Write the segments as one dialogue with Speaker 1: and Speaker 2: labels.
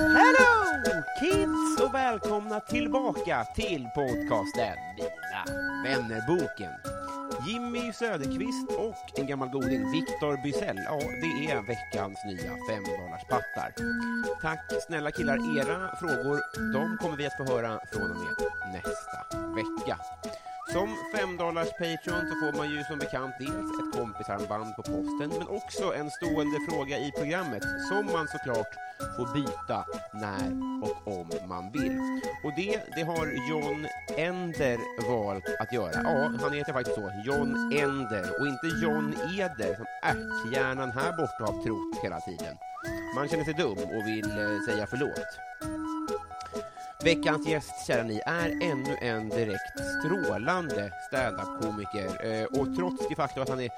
Speaker 1: Hello kids och välkomna tillbaka till podcasten Mina vännerboken. Jimmy Söderqvist och en gammal goding, Viktor Bysell. Ja, det är veckans nya femdollarspattar. Tack snälla killar, era frågor de kommer vi att få höra från och med nästa vecka. Som 5 Patreon så får man ju som bekant dels ett kompisarmband på posten men också en stående fråga i programmet som man såklart får byta när och om man vill. Och det, det har John Ender valt att göra. Ja, han heter faktiskt så, John Ender och inte John Eder som ärthjärnan här borta har trott hela tiden. Man känner sig dum och vill eh, säga förlåt. Veckans gäst, kära ni, är ännu en direkt strålande standup-komiker. Eh, Och trots det faktum att han är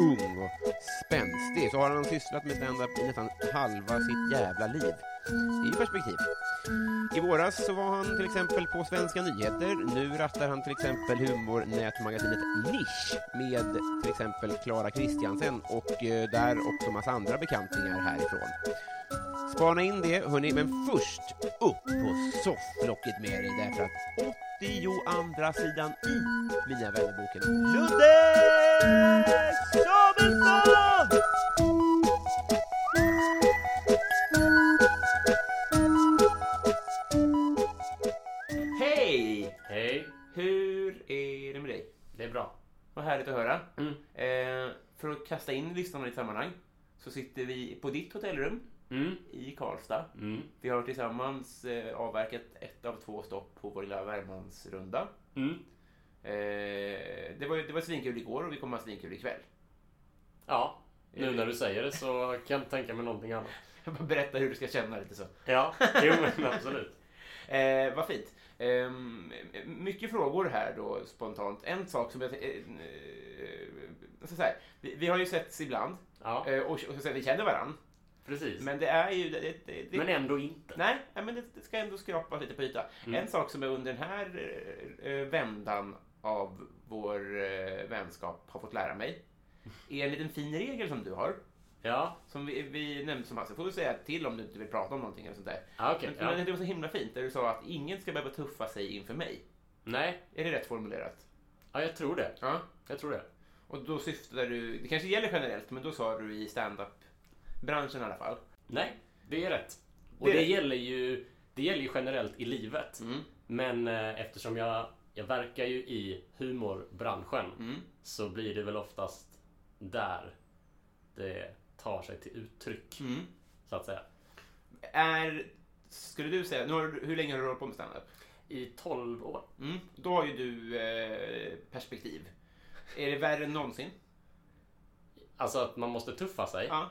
Speaker 1: ung och spänstig så har han sysslat med standup i nästan halva sitt jävla liv. Det är ju perspektiv. I våras så var han till exempel på Svenska nyheter. Nu rattar han till exempel humornätmagasinet Nisch med till exempel Klara Kristiansen och eh, där också massa andra bekantingar härifrån. Spana in det, hörni, men först upp på sofflocket med dig därför att 80 andra sidan i Mina vännerboken Ludde Samuelsson! Hej!
Speaker 2: Hej,
Speaker 1: Hur är det med dig?
Speaker 2: det är bra. Mm.
Speaker 1: Vad härligt att höra. Eh, för att kasta in lyssnarna i ett sammanhang så sitter vi på ditt hotellrum
Speaker 2: Mm,
Speaker 1: i Karlstad.
Speaker 2: mm,
Speaker 1: Vi har tillsammans eh, avverkat ett av två stopp på vår lilla Värmlandsrunda.
Speaker 2: mm.
Speaker 1: Eh, det var, ju- det var svinkul igår och vi kommer ha svinkul ikväll.
Speaker 2: Ja,
Speaker 1: Eh.
Speaker 2: nu när du säger det så kan jag inte tänka mig någonting annat.
Speaker 1: Jag bara berättar hur du ska känna lite så.
Speaker 2: Ja, jo men absolut.
Speaker 1: Eh, vad fint. Ehm, mycket frågor här då spontant. En sak som jag... Eh, eh, så här, vi, vi har ju setts ibland
Speaker 2: Ja,
Speaker 1: eh, och, och så här, vi känner varann.
Speaker 2: precis. Men,
Speaker 1: Men det är ju... Det, det, det,
Speaker 2: ändå inte.
Speaker 1: Nej, nej, men det, det ska ändå skrapa lite på ytan.
Speaker 2: Mm.
Speaker 1: En sak som är under den här eh, eh, vändan av vår eh, vänskap har fått lära mig är en liten fin regel som du har.
Speaker 2: Ja,
Speaker 1: Som vi, vi nämnde som hastigt. Får du säga till om du inte vill prata om någonting eller sånt där.
Speaker 2: ja Ah, okej.
Speaker 1: men, men
Speaker 2: ja.
Speaker 1: det var så himla fint där du sa att ingen ska behöva tuffa sig inför mig.
Speaker 2: Nej,
Speaker 1: Är det rätt formulerat?
Speaker 2: ja, jag tror det.
Speaker 1: Ja.
Speaker 2: Jag tror det.
Speaker 1: Och då syftade du, det kanske gäller generellt, men då sa du i stand-up-branschen i alla fall.
Speaker 2: Nej, det är rätt. Och
Speaker 1: Det är
Speaker 2: det,
Speaker 1: rätt.
Speaker 2: gäller ju, det gäller ju generellt i livet.
Speaker 1: Mm.
Speaker 2: Men eh, eftersom jag, jag verkar ju i humorbranschen
Speaker 1: Mm.
Speaker 2: så blir det väl oftast där det tar sig till uttryck,
Speaker 1: Mm.
Speaker 2: så att säga.
Speaker 1: Är, skulle du säga, nu har, du- hur länge har du hållit på med stand-up?
Speaker 2: I 12 år.
Speaker 1: Mm, då har ju du eh, perspektiv. Är det värre än någonsin?
Speaker 2: Alltså att man måste tuffa sig?
Speaker 1: Ja.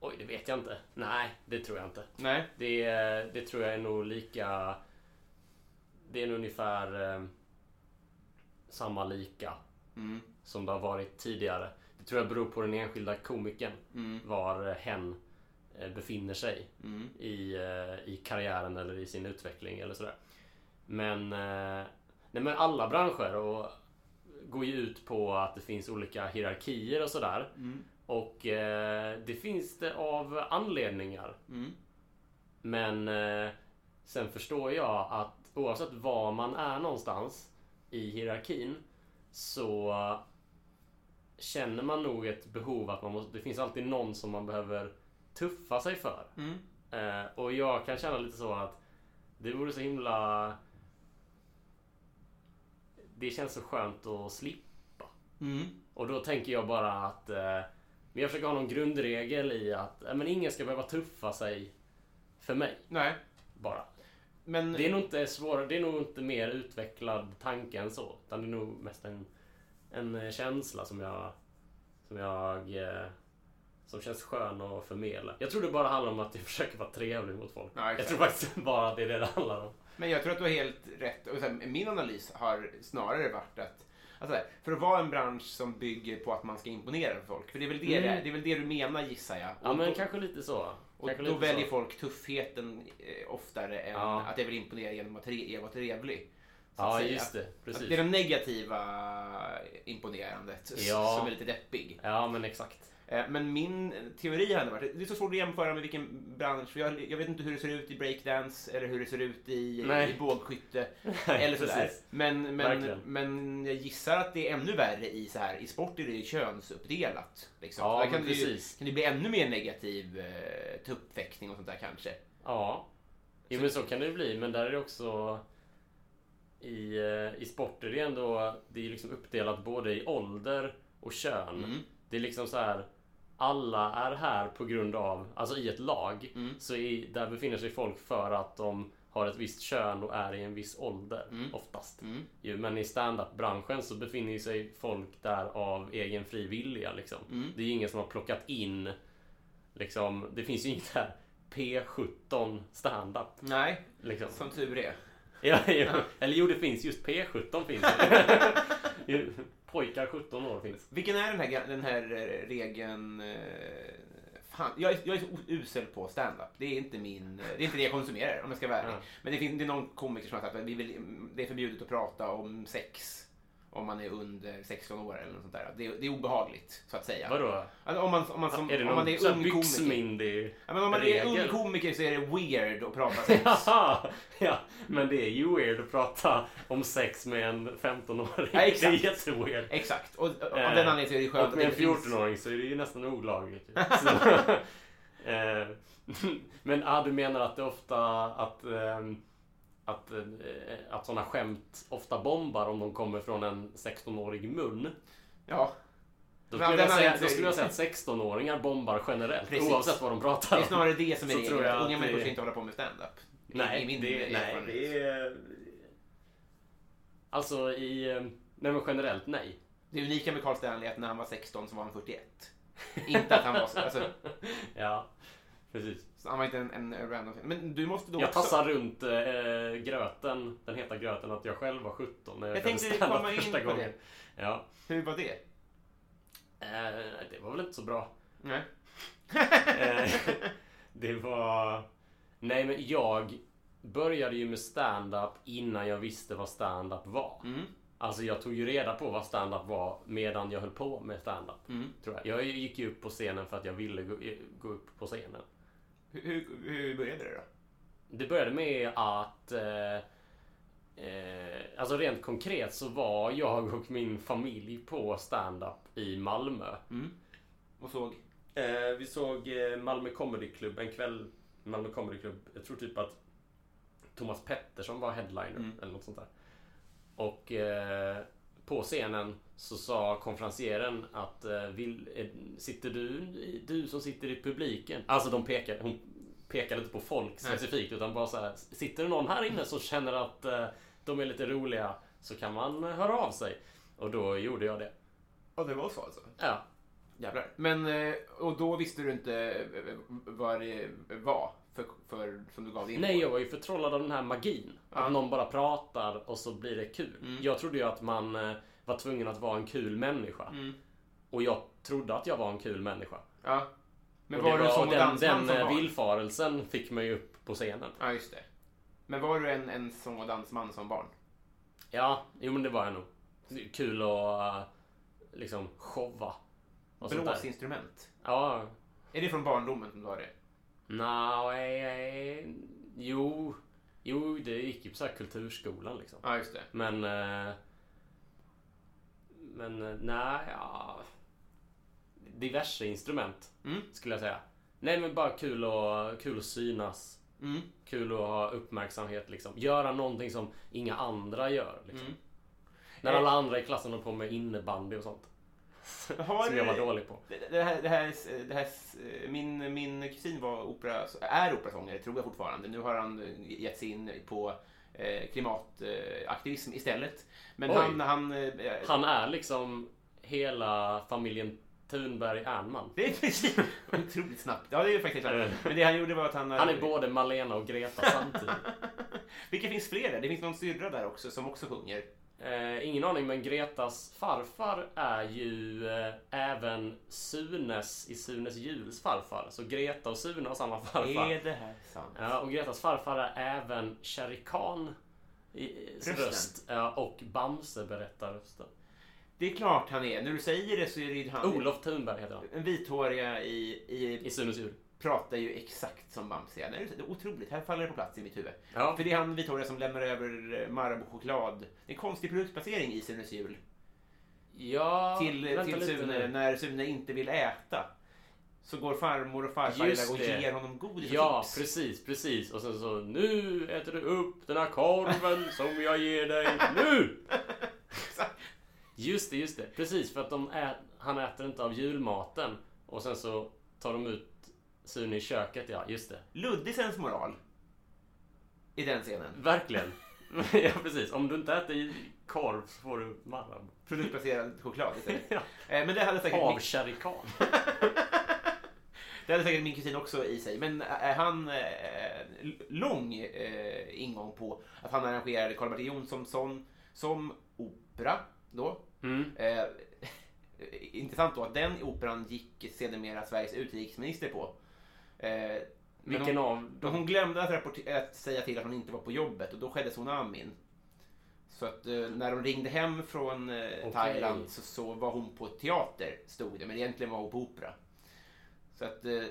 Speaker 2: Oj, det vet jag inte. Nej, det tror jag inte.
Speaker 1: Nej.
Speaker 2: Det, det tror jag är nog lika... Det är nog ungefär eh, samma lika
Speaker 1: Mm.
Speaker 2: som det har varit tidigare. Det tror jag beror på den enskilda komikern.
Speaker 1: Mm.
Speaker 2: Var hen eh, befinner sig
Speaker 1: Mm.
Speaker 2: i, eh, i karriären eller i sin utveckling eller sådär. Men, eh, nej men alla branscher och går ju ut på att det finns olika hierarkier och sådär.
Speaker 1: Mm.
Speaker 2: Och eh, det finns det av anledningar.
Speaker 1: Mm.
Speaker 2: Men eh, sen förstår jag att oavsett var man är någonstans i hierarkin så känner man nog ett behov att man måste, det finns alltid någon som man behöver tuffa sig för. Eh, och jag kan känna lite så att det vore så himla... Det känns så skönt att slippa.
Speaker 1: Mm.
Speaker 2: Och då tänker jag bara att eh, men jag försöker ha någon grundregel i att eh, men ingen ska behöva tuffa sig för mig.
Speaker 1: Nej.
Speaker 2: Bara.
Speaker 1: Men...
Speaker 2: Det är nog inte svårare, det är nog inte mer utvecklad tanke än så. Utan det är nog mest en, en eh, känsla som jag... Som jag... eh, Som känns skön att förmedla. Jag tror det bara handlar om att jag försöker vara trevlig mot folk.
Speaker 1: Ja, exakt.
Speaker 2: jag tror faktiskt bara att det är det det handlar om.
Speaker 1: Men jag tror att du har helt rätt. Och sen, min analys har snarare varit att alltså, för att vara en bransch som bygger på att man ska imponera på folk. För det är väl det, det, det, är väl det du menar gissar jag.
Speaker 2: Mm. Ja
Speaker 1: Och
Speaker 2: men
Speaker 1: då,
Speaker 2: kanske lite så.
Speaker 1: och
Speaker 2: kanske
Speaker 1: då
Speaker 2: lite
Speaker 1: väljer
Speaker 2: så.
Speaker 1: folk tuffheten eh, oftare än
Speaker 2: Ja.
Speaker 1: att jag vill imponera genom att tre, vara trevlig. så att
Speaker 2: Ja
Speaker 1: säga.
Speaker 2: just det,
Speaker 1: Att
Speaker 2: precis.
Speaker 1: det är det negativa imponerandet s-
Speaker 2: Ja.
Speaker 1: som är lite deppig.
Speaker 2: Ja men exakt.
Speaker 1: Eh, Men min teori hade varit, det är så svårt att jämföra med vilken bransch, för jag, jag vet inte hur det ser ut i breakdance eller hur det ser ut i,
Speaker 2: Nej.
Speaker 1: i bågskytte. eller sådär.
Speaker 2: precis.
Speaker 1: Men, men,
Speaker 2: Verkligen.
Speaker 1: men jag gissar att det är ännu värre i så här, i sport är det ju könsuppdelat. Liksom.
Speaker 2: Ja,
Speaker 1: där kan,
Speaker 2: men
Speaker 1: det ju,
Speaker 2: precis.
Speaker 1: kan det bli ännu mer negativ eh, tuppfäktning och sånt där kanske.
Speaker 2: Ja. Jo men så kan det ju bli men där är det också i, eh, I sport är det ändå Det är ju liksom uppdelat både i ålder och kön Det är liksom så här Alla är här på grund av Alltså i ett lag Så i, där befinner sig folk för att de Har ett visst kön och är i en viss ålder Oftast ju, Men i stand-up-branschen så befinner ju sig folk där av egen fri vilja liksom. Det är ju ingen som har plockat in Liksom, det finns ju inget här P17 standup.
Speaker 1: Nej,
Speaker 2: Liksom.
Speaker 1: som tur är.
Speaker 2: Ja, ja. Eller jo, det finns just P17 finns det. Ju, Pojkar 17 år finns.
Speaker 1: Vilken är den här, ga- den här eh, regeln? eh, Fan, jag, är, jag är så o- usel på stand-up. Det är inte min, eh, det är inte det jag konsumerar om jag ska vara ärlig.
Speaker 2: Ja.
Speaker 1: Men det, finns, det är någon komiker som har sagt att vi vill, det är förbjudet att prata om sex om man är under 16 år eller något sånt där. Det, är- det är obehagligt så att säga.
Speaker 2: Vadå?
Speaker 1: Alltså, om man, om man, som,
Speaker 2: är det
Speaker 1: om man
Speaker 2: någon
Speaker 1: är
Speaker 2: sån här
Speaker 1: ung komiker.
Speaker 2: byxmyndig
Speaker 1: Ja, men om man är ung
Speaker 2: regel?
Speaker 1: komiker så är det weird att prata sex.
Speaker 2: Jaha! Ja, men det är ju weird att prata om sex med en 15-åring.
Speaker 1: Ja,
Speaker 2: det är
Speaker 1: exakt.
Speaker 2: jätteweird.
Speaker 1: Exakt. Och, och av
Speaker 2: Eh,
Speaker 1: den anledningen så är det skönt
Speaker 2: Och med en
Speaker 1: det finns-
Speaker 2: 14-åring så är det ju nästan olagligt. Så, eh, men ah, du menar att det ofta att, ehm, att, eh, att sådana skämt ofta bombar om de kommer från en 16-årig mun?
Speaker 1: Ja.
Speaker 2: Då
Speaker 1: Men
Speaker 2: skulle, jag
Speaker 1: den
Speaker 2: säga,
Speaker 1: anledningen-
Speaker 2: då skulle jag säga att 16-åringar bombar generellt
Speaker 1: Precis.
Speaker 2: oavsett vad de pratar
Speaker 1: Det
Speaker 2: om.
Speaker 1: är snarare det som är
Speaker 2: Så tror
Speaker 1: regeln.
Speaker 2: jag
Speaker 1: att
Speaker 2: att
Speaker 1: Unga
Speaker 2: det-
Speaker 1: människor ska inte hålla på med stand-up. I-
Speaker 2: Nej,
Speaker 1: i min
Speaker 2: det, nej,
Speaker 1: erfarenhet.
Speaker 2: det är... Alltså i... eh, Nej men generellt nej.
Speaker 1: Det unika med Carl Stanley är att när han var 16 så var han 41. inte att han var så, alltså,
Speaker 2: Ja, precis.
Speaker 1: så han var inte en, en random Men du måste då
Speaker 2: Jag
Speaker 1: också...
Speaker 2: tassar runt eh, gröten, den heta gröten, att jag själv var 17 när jag,
Speaker 1: Jag
Speaker 2: körde
Speaker 1: tänkte
Speaker 2: stand-up
Speaker 1: komma in
Speaker 2: första
Speaker 1: på
Speaker 2: gången. Ja.
Speaker 1: Hur var det?
Speaker 2: Eh, det var väl inte så bra.
Speaker 1: Nej.
Speaker 2: Eh, det var... Nej men jag började ju med stand-up innan jag visste vad stand-up var.
Speaker 1: Mm.
Speaker 2: Alltså jag tog ju reda på vad stand-up var medan jag höll på med stand-up.
Speaker 1: Mm.
Speaker 2: Tror jag. jag gick ju upp på scenen för att jag ville gå, gå upp på scenen.
Speaker 1: Hur, hur, hur började det då?
Speaker 2: Det började med att... Eh, eh, alltså rent konkret så var jag och min familj på stand-up i Malmö.
Speaker 1: Och såg?
Speaker 2: Eh, vi såg eh, Malmö Comedy Club en kväll. Malmö Comedy Club. Jag tror typ att Thomas Pettersson var headliner eller något sånt där. Och eh, på scenen så sa konferencieren att eh, vill, eh, sitter du, du som sitter i publiken. Alltså de pekar, hon pekade inte på folk specifikt utan bara så här. Sitter det någon här inne som känner att eh, de är lite roliga så kan man eh, höra av sig. Och då gjorde jag det.
Speaker 1: Ja, det var så alltså?
Speaker 2: Ja.
Speaker 1: Jävlar. Men, eh, och då visste du inte eh, vad det var för, för, som du gav dig in
Speaker 2: Nej,
Speaker 1: på?
Speaker 2: jag var ju förtrollad av den här magin. Att någon bara pratar och så blir det kul.
Speaker 1: Mm.
Speaker 2: Jag trodde ju att man eh, var tvungen att vara en kul människa.
Speaker 1: Mm.
Speaker 2: Och jag trodde att jag var en kul människa.
Speaker 1: Ja. Men
Speaker 2: Och
Speaker 1: var
Speaker 2: det
Speaker 1: du en sån
Speaker 2: och den,
Speaker 1: dansman
Speaker 2: den
Speaker 1: som
Speaker 2: eh,
Speaker 1: var?
Speaker 2: villfarelsen fick mig upp på scenen.
Speaker 1: Ja, just det. Men var du en, en sång och dansman som barn?
Speaker 2: Ja, jo men det var jag nog. Kul att eh, liksom showa. Och sånt där.
Speaker 1: Blåsinstrument?
Speaker 2: Ja.
Speaker 1: Är det från barndomen som du har det?
Speaker 2: Nej, eh, jo. Jo, det gick ju på så här kulturskolan liksom.
Speaker 1: Ja, just det.
Speaker 2: Men... eh, Men eh, nej, ja. diverse instrument.
Speaker 1: Mm.
Speaker 2: Skulle jag säga. Nej men bara kul att, kul att synas.
Speaker 1: Mm.
Speaker 2: Kul att ha uppmärksamhet liksom. Göra någonting som inga andra gör. Liksom.
Speaker 1: Mm.
Speaker 2: När alla andra i klassen håller på med innebandy och sånt.
Speaker 1: Har
Speaker 2: Som jag var
Speaker 1: du-
Speaker 2: dålig på.
Speaker 1: Det, det här, det här, det här, min, min kusin var opera, är operasångare, tror jag fortfarande. Nu har han gett sig in på eh, klimataktivism istället. Men
Speaker 2: Oj.
Speaker 1: han, han, eh,
Speaker 2: Han är liksom hela familjen Thunberg Ernman.
Speaker 1: Det är precis otroligt snabbt. Ja, det är ju faktiskt klart. Men det han gjorde var att Eh. han...
Speaker 2: Han är både Malena och Greta samtidigt.
Speaker 1: Vilka finns fler där? Det finns någon syrra där också som också sjunger.
Speaker 2: Eh, ingen aning, men Gretas farfar är ju eh, även Sunes i Sunes juls farfar. Så Greta och Sune har samma farfar.
Speaker 1: Är det här sant?
Speaker 2: Ja, och Gretas farfar är även Sherikan i, i
Speaker 1: Rösten.
Speaker 2: röst ja, och Bamse berättar rösten.
Speaker 1: Det är klart han är. När du säger det så är det ju han.
Speaker 2: Olof Thunberg heter han
Speaker 1: En vithåriga i,
Speaker 2: i
Speaker 1: i
Speaker 2: Sunes jul.
Speaker 1: pratar ju exakt som Bamse. gör. Det är otroligt. Här faller det på plats i mitt huvud.
Speaker 2: Ja.
Speaker 1: För det är han vithåriga som lämnar över Marabou-choklad. Det är en konstig produktplacering i Sunes jul.
Speaker 2: Ja,
Speaker 1: Till, eh,
Speaker 2: vänta
Speaker 1: till
Speaker 2: lite
Speaker 1: Sune,
Speaker 2: nu.
Speaker 1: när Sune inte vill äta. Så går farmor och farfar
Speaker 2: Just
Speaker 1: iväg och
Speaker 2: det.
Speaker 1: ger honom godis och
Speaker 2: Ja,
Speaker 1: chips.
Speaker 2: precis, precis. Och sen så nu äter du upp den här korven som jag ger dig nu! Just det, just det. Precis, för att de ä- han äter inte av julmaten. Och sen så tar de ut Sune i köket, ja. Just det.
Speaker 1: Luddisens moral. I den
Speaker 2: Mm.
Speaker 1: scenen.
Speaker 2: Verkligen. ja, precis. Om du inte äter korv så får du Marabou.
Speaker 1: Produktbaserad choklad istället.
Speaker 2: Ja.
Speaker 1: Eh, Men det hade, säkert min,
Speaker 2: Av Sherikan.
Speaker 1: det hade säkert min kusin också i sig. Men eh, han... eh, l- Lång eh, ingång på att han arrangerade Karl-Bertil Jonsson som, som opera då.
Speaker 2: Mm.
Speaker 1: Eh, intressant då att den operan gick sedermera Sveriges utrikesminister på. Eh, men
Speaker 2: Vilken
Speaker 1: hon,
Speaker 2: av
Speaker 1: men hon glömde att, rapporte- att säga till att hon inte var på jobbet och då skedde tsunamin. Så att eh, när de ringde hem från eh, Thailand så, så var hon på teater, stod det. Men egentligen var hon på opera. Så att eh, eh,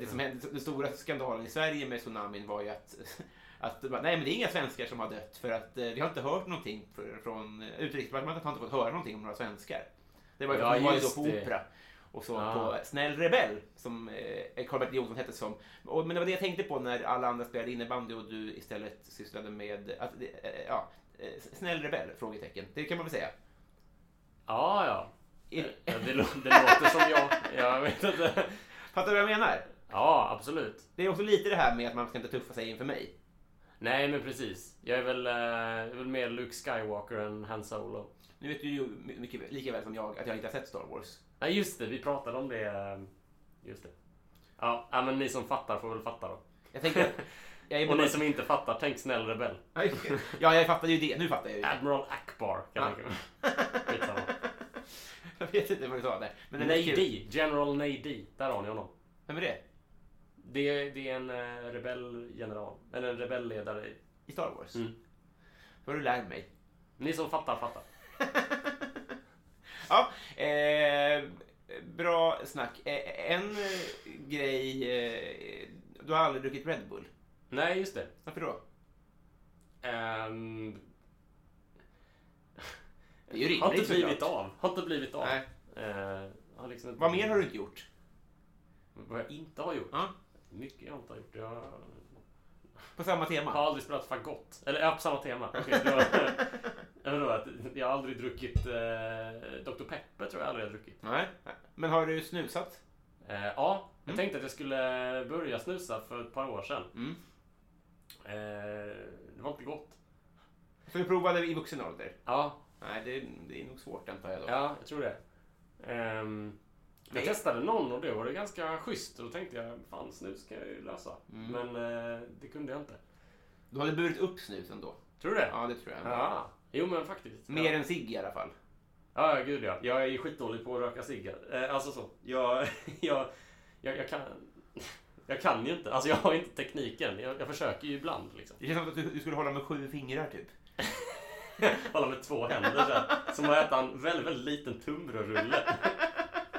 Speaker 1: det som hände, den stora skandalen i Sverige med tsunamin var ju att, att det var, nej men det är inga svenskar som har dött för att eh, vi har inte hört någonting för, från eh, utrikesdepartementet har inte fått höra någonting om några svenskar. Det var ju för
Speaker 2: Ja,
Speaker 1: att hon var ju då
Speaker 2: just
Speaker 1: på
Speaker 2: det.
Speaker 1: opera. Och så
Speaker 2: Ah.
Speaker 1: på Snäll Rebell som eh, Karl-Bertil Jonsson hette som. Och, men det var det jag tänkte på när alla andra spelade innebandy och du istället sysslade med, att, det- eh, ja, eh, Snäll Rebell? Frågetecken. Det kan man väl säga.
Speaker 2: Ja, ja.
Speaker 1: Är-
Speaker 2: Ja, Det, lå- det låter som jag. Jag vet inte.
Speaker 1: Fattar du vad jag menar?
Speaker 2: Ja, absolut.
Speaker 1: Det är också lite det här med att man ska inte tuffa sig inför mig.
Speaker 2: Nej men precis. Jag är väl, eh, jag är väl mer Luke Skywalker än Han Solo.
Speaker 1: Nu vet du ju my- mycket, lika väl som jag att jag inte har sett Star Wars.
Speaker 2: Nej just det, vi pratade om det. eh, Just det. Ja, ja, men ni som fattar får väl fatta då.
Speaker 1: Jag tänker att jag är
Speaker 2: Och
Speaker 1: bara-
Speaker 2: ni som inte fattar, tänk snäll rebell.
Speaker 1: Ja, jag fattar ju det. Nu fattar jag ju. det.
Speaker 2: Admiral Akbar kan jag tänka mig. Skitsamma.
Speaker 1: Jag vet inte vad du sa där. Men den är kul.
Speaker 2: Nady, General Nady. Där har ni honom.
Speaker 1: Vem är det?
Speaker 2: Det är, det är en eh, rebellgeneral. Eller en rebellledare.
Speaker 1: I Star Wars?
Speaker 2: Mm.
Speaker 1: Vad du lär mig.
Speaker 2: Ni som fattar, fattar.
Speaker 1: Ja, eh, bra snack. Eh, en eh, grej. Eh, du har aldrig druckit Red Bull.
Speaker 2: Nej, just det.
Speaker 1: Varför då?
Speaker 2: Ehm,
Speaker 1: Det är ju rimligt
Speaker 2: har inte blivit
Speaker 1: såklart.
Speaker 2: av. Har inte blivit av.
Speaker 1: Nej.
Speaker 2: Eh, har liksom inte-
Speaker 1: Vad mer har du inte gjort?
Speaker 2: Vad jag inte har gjort?
Speaker 1: Ja.
Speaker 2: Mycket jag inte har gjort. Jag
Speaker 1: På samma tema?
Speaker 2: har aldrig spelat fagott. Eller ja, på samma tema. Okej, det var- jag menar att jag har aldrig druckit eh, Dr. Pepper tror jag aldrig jag har druckit.
Speaker 1: Nej. Men har du snusat?
Speaker 2: Eh, ja, jag tänkte att jag skulle börja snusa för ett par år sedan.
Speaker 1: Mm.
Speaker 2: Eh, det var inte gott.
Speaker 1: För du provade i vuxen ålder?
Speaker 2: Ja,
Speaker 1: Nej, det, det är nog svårt antar jag då.
Speaker 2: ja jag tror det. Ehm, jag
Speaker 1: Nej.
Speaker 2: testade någon och då var det ganska schysst. Då tänkte jag, fan snus kan jag ju lösa.
Speaker 1: Mm.
Speaker 2: Men eh, det kunde jag inte.
Speaker 1: Du hade burit upp snusen då?
Speaker 2: Tror du det?
Speaker 1: Ja, det tror jag.
Speaker 2: Ja. Jo men faktiskt.
Speaker 1: Mer
Speaker 2: ja.
Speaker 1: än cigg i alla fall.
Speaker 2: Ja, ja, gud ja. Jag är skitdålig på att röka cigg. Eh, alltså så. Jag, jag, jag, jag kan... Jag kan ju inte. Alltså jag har inte tekniken. Jag, jag försöker ju ibland liksom.
Speaker 1: Det känns som att du, du skulle hålla med sju fingrar typ.
Speaker 2: Hålla med två händer så här. Som att äta en väldigt, väldigt liten tunnbrödsrulle.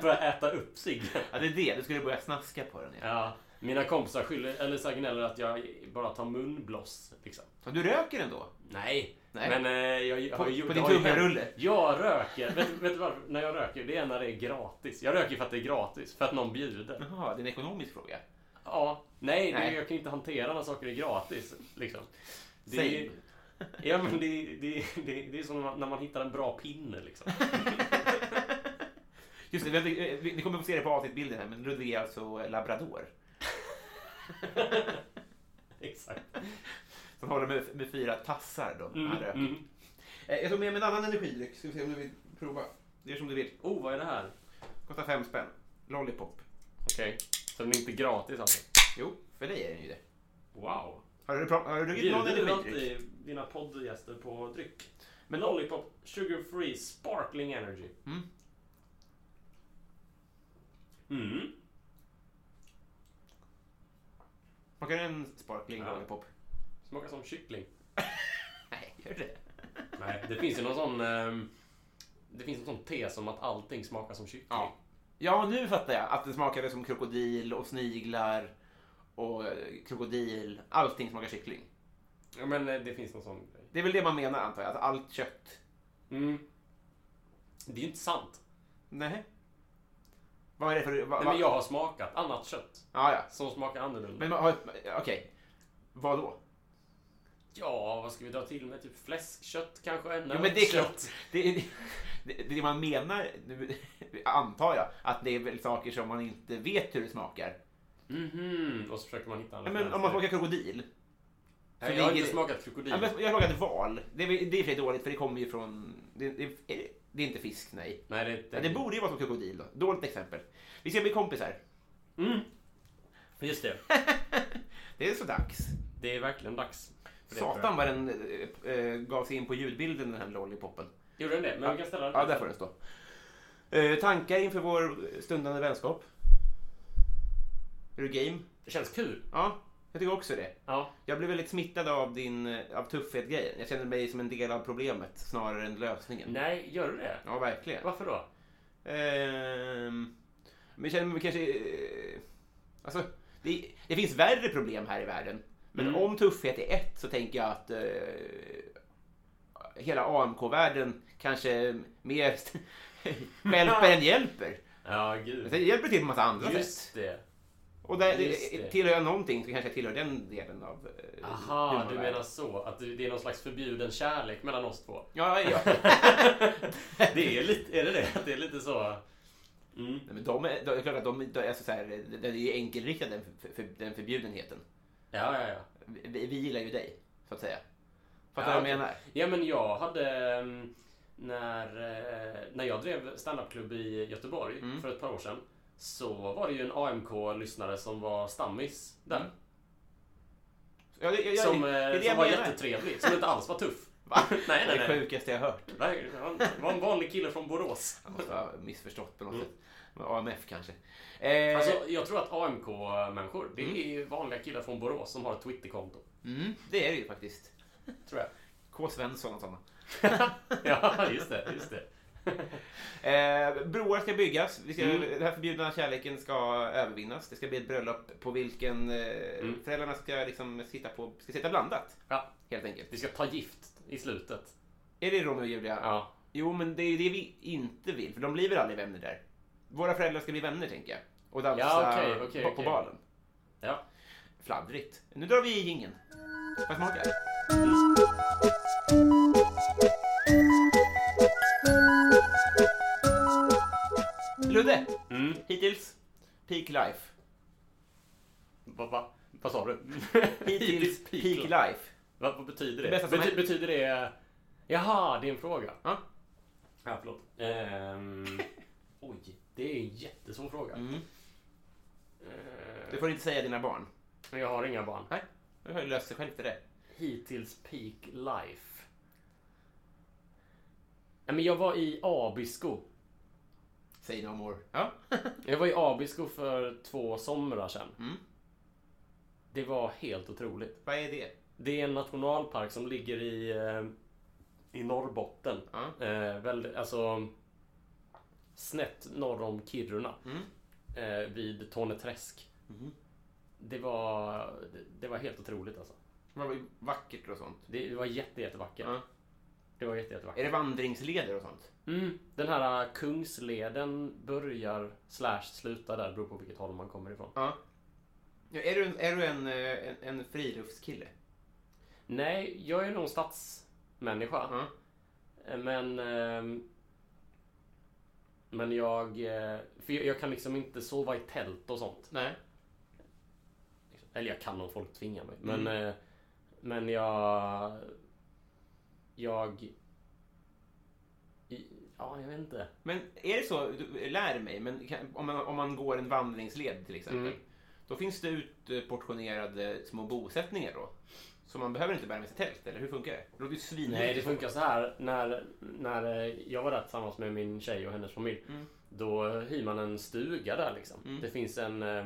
Speaker 2: börja äta upp ciggen.
Speaker 1: Ja, det är det. Du skulle börja snaska på den. Ja.
Speaker 2: Ja, mina kompisar skyller, eller så här gnäller att jag bara tar munblås. Liksom.
Speaker 1: Ja, Du röker ändå?
Speaker 2: Nej.
Speaker 1: Nej.
Speaker 2: Men eh, jag, jag,
Speaker 1: På-
Speaker 2: har ju-
Speaker 1: på
Speaker 2: det har
Speaker 1: din
Speaker 2: ju hänt-
Speaker 1: tuggummi-rulle?
Speaker 2: Jag röker. vet, vet du varför? När jag röker, det är när det är gratis. Jag röker för att det är gratis. För att någon bjuder.
Speaker 1: Jaha, det är en ekonomisk fråga.
Speaker 2: Ja. Nej,
Speaker 1: Nej.
Speaker 2: Det, jag kan inte hantera när saker är gratis. Liksom. Det är,
Speaker 1: Same.
Speaker 2: ju- ja, men det, det, det, det är som när man- när man hittar en bra pinne. Liksom.
Speaker 1: Just det, vi har inte- eh, vi- ni kommer få se det på avsnittbilden här, men Ludvig är alltså labrador.
Speaker 2: Exakt.
Speaker 1: Som håller med, med fyra tassar. Då.
Speaker 2: Mm,
Speaker 1: Han röker.
Speaker 2: mm.
Speaker 1: Eh, Jag tog med mig en annan energidryck. Ska vi se om du vill prova? Gör som du vill.
Speaker 2: Oh, vad är det här?
Speaker 1: Kostar fem spänn. Lollipop.
Speaker 2: Okej. Så den är inte gratis alltså?
Speaker 1: Jo, för dig är den ju det.
Speaker 2: Wow.
Speaker 1: Har du, pra- har du druckit någon
Speaker 2: Bjuder du
Speaker 1: energidryck?
Speaker 2: alltid dina poddgäster på dryck? Med Lollipop Sugar Free Sparkling Energy.
Speaker 1: Mm.
Speaker 2: Mm.
Speaker 1: Smakar en sparkling
Speaker 2: Ja.
Speaker 1: lollipop?
Speaker 2: Smakar som kyckling.
Speaker 1: Nej, gör det?
Speaker 2: Nej, det finns ju någon sån... ehm, det finns en sån tes om att allting smakar som kyckling.
Speaker 1: Ja. Ja, nu fattar jag att den smakade som krokodil och sniglar och eh, krokodil. Allting smakar kyckling.
Speaker 2: Ja, men eh, det finns någon sån grej.
Speaker 1: Det är väl det man menar antar jag, att allt kött.
Speaker 2: Mm. Det är ju inte sant.
Speaker 1: Nej. Vad är det för... Va,
Speaker 2: Nej,
Speaker 1: va?
Speaker 2: men jag har smakat annat kött
Speaker 1: Ja, ja.
Speaker 2: som smakar annorlunda.
Speaker 1: Men man har- okej. Vad då?
Speaker 2: Ja, vad ska vi dra till med? Typ fläskkött kanske?
Speaker 1: Jo, men det är klart. Det, är- det, det man menar, nu, antar jag, att det är väl saker som man inte vet hur det smakar.
Speaker 2: Mhm. Och så försöker man hitta
Speaker 1: Ja,
Speaker 2: andra
Speaker 1: men om man smakar krokodil.
Speaker 2: Nej, jag har
Speaker 1: ligger-
Speaker 2: inte smakat krokodil.
Speaker 1: Ja, men jag har smakat val. Det är, väl- det är i och för sig dåligt för det kommer ju från... Det, det, är, det är inte fisk, nej.
Speaker 2: Nej, det,
Speaker 1: Ja, det borde ju vara som krokodil då. Dåligt exempel. Vi ska bli kompisar.
Speaker 2: Mm. Just det.
Speaker 1: Det är så dags.
Speaker 2: Det är verkligen dags. för det, tror
Speaker 1: Satan
Speaker 2: jag.
Speaker 1: vad den eh, eh, gav sig in på ljudbilden den här lollipoppen.
Speaker 2: Gjorde den det? Men vi kan ställa den.
Speaker 1: Ja, där får den stå. Eh, tankar inför vår stundande vänskap? Är du game?
Speaker 2: Det känns kul.
Speaker 1: Ja, jag tycker också det.
Speaker 2: Ja.
Speaker 1: Jag blev väldigt smittad av din eh, av tuffhet-grejen. Jag känner mig som en del av problemet snarare än lösningen.
Speaker 2: Nej, gör du det?
Speaker 1: Ja, verkligen.
Speaker 2: Varför då?
Speaker 1: Ehm, men jag känner mig kanske... Eh, alltså, det, det finns värre problem här i världen. Men
Speaker 2: Mm.
Speaker 1: om tuffhet är ett så tänker jag att eh, hela AMK-världen kanske mer hjälper än hjälper.
Speaker 2: Ja,
Speaker 1: Men
Speaker 2: gud.
Speaker 1: sen hjälper det till på en massa andra sätt.
Speaker 2: Just det.
Speaker 1: Och där,
Speaker 2: just det.
Speaker 1: det. tillhör jag någonting så kanske jag tillhör den delen av eh,
Speaker 2: Aha, du
Speaker 1: humorvärlden.
Speaker 2: menar så. Att det det är någon slags förbjuden kärlek mellan oss två.
Speaker 1: Ja, ja.
Speaker 2: Det är lite... Är det det? Att det är lite så... Mm.
Speaker 1: Nej, men de är, de, det är klart att de, de är så så här, den är ju enkelriktad den, för, för, den förbjudenheten.
Speaker 2: Ja, ja, ja.
Speaker 1: Vi, vi gillar ju dig, så att säga. Fattar du vad
Speaker 2: Ja, okej.
Speaker 1: jag menar?
Speaker 2: Ja, men jag hade... ehm, När, eh, när jag drev standupklubb i Göteborg
Speaker 1: Mm.
Speaker 2: för ett par år sedan så var det ju en AMK-lyssnare som var stammis där.
Speaker 1: Mm. Ja, det, jag, jag,
Speaker 2: som
Speaker 1: det,
Speaker 2: eh,
Speaker 1: är det
Speaker 2: som
Speaker 1: jag
Speaker 2: var
Speaker 1: menar.
Speaker 2: jättetrevlig. Som inte alls var tuff.
Speaker 1: Va?
Speaker 2: Nej, nej,
Speaker 1: Det är
Speaker 2: nej.
Speaker 1: det sjukaste jag har hört.
Speaker 2: Nej, han var en vanlig kille från Borås.
Speaker 1: Jag måste ha missförstått på något
Speaker 2: Mm.
Speaker 1: sätt. Men AMF kanske. Eh,
Speaker 2: Alltså, jag tror att AMK-människor, det är ju vanliga killar från Borås som har ett Twitterkonto.
Speaker 1: mm, det är det ju faktiskt.
Speaker 2: Tror jag.
Speaker 1: K. Svensson och sådana.
Speaker 2: ja, just det. Just det.
Speaker 1: Eh, broar ska byggas. Vi ska,
Speaker 2: Mm.
Speaker 1: Den här förbjudna kärleken ska övervinnas. Det ska bli ett bröllop på vilken eh,
Speaker 2: Mm.
Speaker 1: föräldrarna ska liksom sitta på, ska sitta blandat.
Speaker 2: Ja,
Speaker 1: Helt enkelt.
Speaker 2: vi ska ta gift i slutet.
Speaker 1: Är det Romeo och Julia?
Speaker 2: Ja.
Speaker 1: Jo, men det är ju det vi inte vill, för de blir väl aldrig vänner där. Våra föräldrar ska bli vänner, tänker jag. Och dansa
Speaker 2: Ja, okej, okej,
Speaker 1: på,
Speaker 2: okej.
Speaker 1: på balen.
Speaker 2: Ja.
Speaker 1: Fladdrigt. Nu drar vi i jingeln. Vad smakar? Ludde,
Speaker 2: Mm.
Speaker 1: hittills peak life.
Speaker 2: Va, va, vad sa du?
Speaker 1: Hittills peak life.
Speaker 2: Va, vad betyder
Speaker 1: Det
Speaker 2: det?
Speaker 1: bästa som
Speaker 2: Bety-
Speaker 1: hänt.
Speaker 2: betyder det... Jaha, det är en fråga.
Speaker 1: Ja.
Speaker 2: Ja, förlåt. Ehm, oj, det är en jättesvår fråga.
Speaker 1: Mm.
Speaker 2: Ehm,
Speaker 1: Det får du inte säga dina barn.
Speaker 2: men jag har inga barn.
Speaker 1: Nej, det har ju löst sig själv till det.
Speaker 2: Hittills peak life. Nej, men jag var i Abisko.
Speaker 1: Say no more. Ja.
Speaker 2: Jag var i Abisko för två somrar sedan.
Speaker 1: Mm.
Speaker 2: Det var helt otroligt.
Speaker 1: Vad är det?
Speaker 2: Det är en nationalpark som ligger i, eh, i Norrbotten.
Speaker 1: Ja.
Speaker 2: Eh, väldigt, alltså, snett norr om Kiruna.
Speaker 1: Mm.
Speaker 2: Eh, vid Torneträsk.
Speaker 1: Mm-hmm.
Speaker 2: Det var, det, det var helt otroligt alltså.
Speaker 1: Det var ju vackert och sånt.
Speaker 2: Det, det var jätte, jättevackert.
Speaker 1: Ja.
Speaker 2: Det var jätte,
Speaker 1: Är
Speaker 2: jättevackert.
Speaker 1: det vandringsleder och sånt?
Speaker 2: Mm. Den här eh, Kungsleden börjar slash slutar där, beror på vilket håll man kommer ifrån.
Speaker 1: Ja. Ja, är du, en- är du en, eh, en, en friluftskille?
Speaker 2: Nej, jag är nog en stadsmänniska.
Speaker 1: Ja.
Speaker 2: Eh, Men... ehm, Men jag... eh, För jag, jag kan liksom inte sova i tält och sånt.
Speaker 1: Nej.
Speaker 2: Eller jag kan om folk tvingar mig. Men, eh, men jag... Jag... i- Ja, jag vet inte.
Speaker 1: Men är det så, du, lär mig, men kan, om, man, om man går en vandringsled till exempel. Då finns det utportionerade små bosättningar då? Så man behöver inte bära med sig tält, eller hur funkar det? Det låter ju svindyrt.
Speaker 2: Nej, det funkar så här. När, när eh, jag var där tillsammans med min tjej och hennes familj. Då eh, hyr man en stuga där liksom. Det finns en... eh,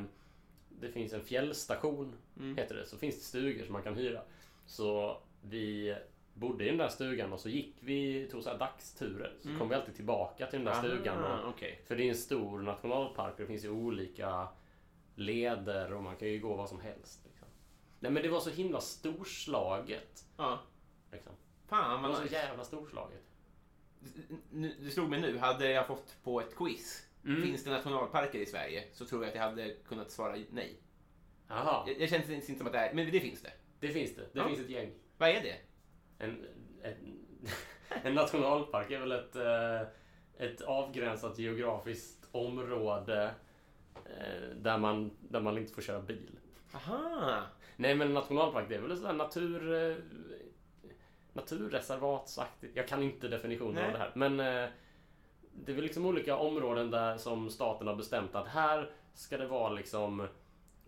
Speaker 2: Det finns en fjällstation, heter det. Så finns det stugor som man kan hyra. Så vi bodde i den där stugan och så gick vi, tog så här dagsturer. Så kom vi alltid tillbaka till den där stugan.
Speaker 1: Ah,
Speaker 2: Och,
Speaker 1: okej.
Speaker 2: För det är en stor nationalpark och det finns ju olika leder och man kan ju gå vad som helst. Liksom. Nej men det var så himla storslaget.
Speaker 1: Ja.
Speaker 2: Liksom.
Speaker 1: Fan
Speaker 2: Det
Speaker 1: vad
Speaker 2: var så
Speaker 1: nice.
Speaker 2: jävla storslaget.
Speaker 1: Nu- Det slog mig nu, hade jag fått på ett quiz, finns det nationalparker i Sverige? Så tror jag att jag hade kunnat svara nej.
Speaker 2: Jaha,
Speaker 1: Jag, jag känns inte inte som att det är, men det finns det.
Speaker 2: det finns det. Det
Speaker 1: Ja.
Speaker 2: finns ett gäng.
Speaker 1: Vad är det?
Speaker 2: En, en, en nationalpark är väl ett, eh, ett avgränsat geografiskt område eh, där man, där man inte får köra bil.
Speaker 1: Aha!
Speaker 2: Nej men en nationalpark det är väl ett sånt där natur... eh, Naturreservatsaktigt. Jag kan inte definitionen
Speaker 1: Nej.
Speaker 2: av det här. Men eh, det är väl liksom olika områden där som staten har bestämt att här ska det vara liksom...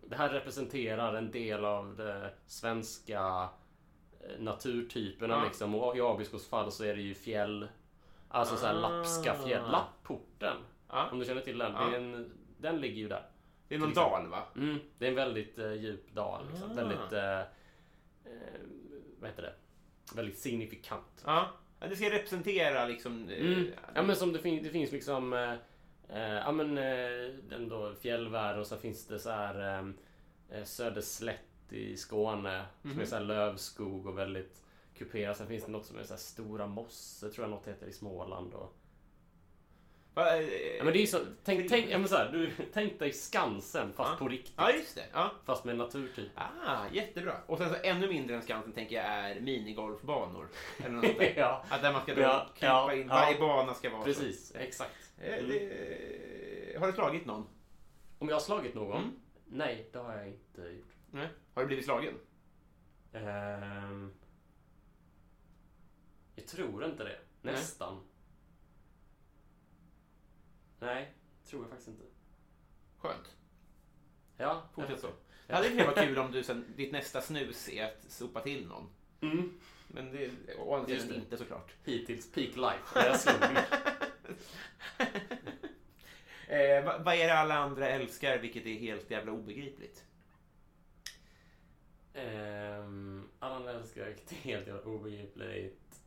Speaker 2: Det här representerar en del av det svenska eh, naturtyperna
Speaker 1: Ja.
Speaker 2: liksom. Och i Abiskos fall så är det ju fjäll. Alltså såhär lappska fjäll.
Speaker 1: Ah.
Speaker 2: Lapporten.
Speaker 1: Ja.
Speaker 2: Om du känner till den.
Speaker 1: Ja.
Speaker 2: Det är en, den ligger ju där.
Speaker 1: Det är någon dal va?
Speaker 2: Mm, det är en väldigt eh, djup dal. Liksom.
Speaker 1: Ah.
Speaker 2: Väldigt... Eh, eh, vad heter det? Väldigt signifikant.
Speaker 1: Ja. ja det ska representera liksom... eh,
Speaker 2: Mm. Ja, men som det, fin- det finns liksom... Eh, eh, ja, men eh, ändå fjällvärld och så finns det så här eh, eh, Söderslätt i Skåne som är så här lövskog och väldigt kuperat. Sen finns det något som är så här Stora Mosse, tror jag något heter i Småland. Och...
Speaker 1: va, eh,
Speaker 2: Ja, men det är ju så, tänk, tänk, ja, men så här, du, tänk dig Skansen fast
Speaker 1: Ja.
Speaker 2: på riktigt.
Speaker 1: Ja, just det. Ja.
Speaker 2: Fast med naturtyp.
Speaker 1: Ah, jättebra. Och sen så ännu mindre än Skansen tänker jag är minigolfbanor. Eller något sånt där.
Speaker 2: Ja.
Speaker 1: Att där man ska dra,
Speaker 2: Ja,
Speaker 1: krypa
Speaker 2: ja,
Speaker 1: in.
Speaker 2: ja.
Speaker 1: Varje bana ska vara
Speaker 2: Precis, exakt.
Speaker 1: så. Eh, det- Har du slagit någon?
Speaker 2: Om jag har slagit någon? Nej, det har jag inte gjort.
Speaker 1: Nej. Har du blivit slagen?
Speaker 2: Ehm, jag tror inte det. Nästan. Nej, tror jag faktiskt inte.
Speaker 1: Skönt.
Speaker 2: Ja,
Speaker 1: Fortsätt så.
Speaker 2: jag-
Speaker 1: Det hade kunnat vara kul om du sen, ditt nästa snus är att sopa till någon.
Speaker 2: Mm.
Speaker 1: Men det är å andra
Speaker 2: Just
Speaker 1: sidan
Speaker 2: det.
Speaker 1: inte såklart.
Speaker 2: Hittills peak life. när Jag slog mig.
Speaker 1: Eh, vad, vad är det alla andra älskar, vilket är helt jävla obegripligt?
Speaker 2: Ehm, alla andra älskar jag det är helt jävla obegripligt.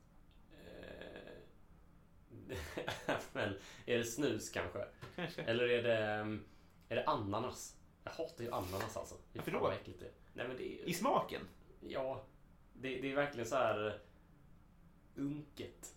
Speaker 2: Ehm, men är det snus kanske?
Speaker 1: Kanske.
Speaker 2: Eller är det, ehm, är det ananas? Jag hatar ju ananas alltså. Fy
Speaker 1: Varför
Speaker 2: fan,
Speaker 1: då?
Speaker 2: vad äckligt det är. Nej, men det är
Speaker 1: I smaken?
Speaker 2: Ja, det, det är verkligen så här eh, unket.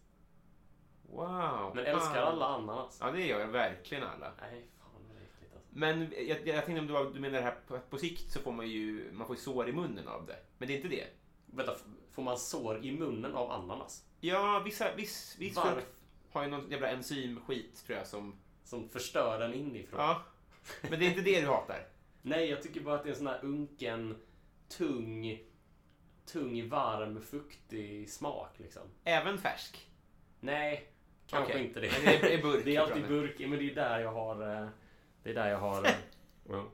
Speaker 1: Wow.
Speaker 2: Men älskar
Speaker 1: Fan.
Speaker 2: alla ananas?
Speaker 1: Ja, det gör jag verkligen alla.
Speaker 2: Nej, fan vad äckligt alltså.
Speaker 1: Men jag, jag tänkte om du, var- du menar det här på, på sikt så får man ju man får ju sår i munnen av det. Men det är inte det.
Speaker 2: Vänta, f- får man sår i munnen av ananas?
Speaker 1: Ja, vissa, viss, viss
Speaker 2: Varför?
Speaker 1: frukt har ju någon jävla enzymskit tror jag som...
Speaker 2: Som förstör den inifrån?
Speaker 1: Ja. Men det är inte det du hatar?
Speaker 2: Nej, jag tycker bara att det är en sån här unken, tung, tung, varm, fuktig smak liksom.
Speaker 1: Även färsk?
Speaker 2: Nej, kanske
Speaker 1: Okej.
Speaker 2: inte det.
Speaker 1: Men det är- är burk
Speaker 2: det är alltid
Speaker 1: ibland.
Speaker 2: burk, men det är där jag har... eh, Det är där jag har... eh, ja.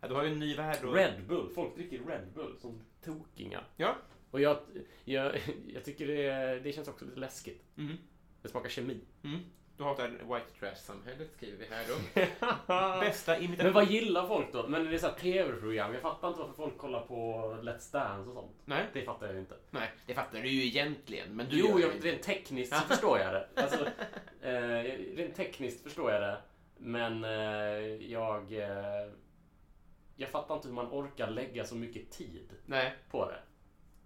Speaker 1: Ja, du har ju en ny värld och...
Speaker 2: Red Bull. Folk dricker Red Bull som tokingar.
Speaker 1: Ja.
Speaker 2: Och jag, jag, jag tycker det, det känns också lite läskigt. Det smakar kemi.
Speaker 1: Mm. Du hatar white trash-samhället, skriver vi här då. Bästa imitation.
Speaker 2: Men vad gillar folk då? Men det är såhär tv-program. Jag fattar inte varför folk kollar på Let's Dance och sånt.
Speaker 1: Nej.
Speaker 2: Det fattar jag inte.
Speaker 1: Nej, det fattar du ju egentligen. Men du
Speaker 2: Jo,
Speaker 1: gör
Speaker 2: jag,
Speaker 1: det inte.
Speaker 2: rent tekniskt så förstår jag det. Alltså, eh, rent tekniskt förstår jag det. Men eh, jag... Eh, jag fattar inte hur man orkar lägga så mycket tid
Speaker 1: Nej.
Speaker 2: på det.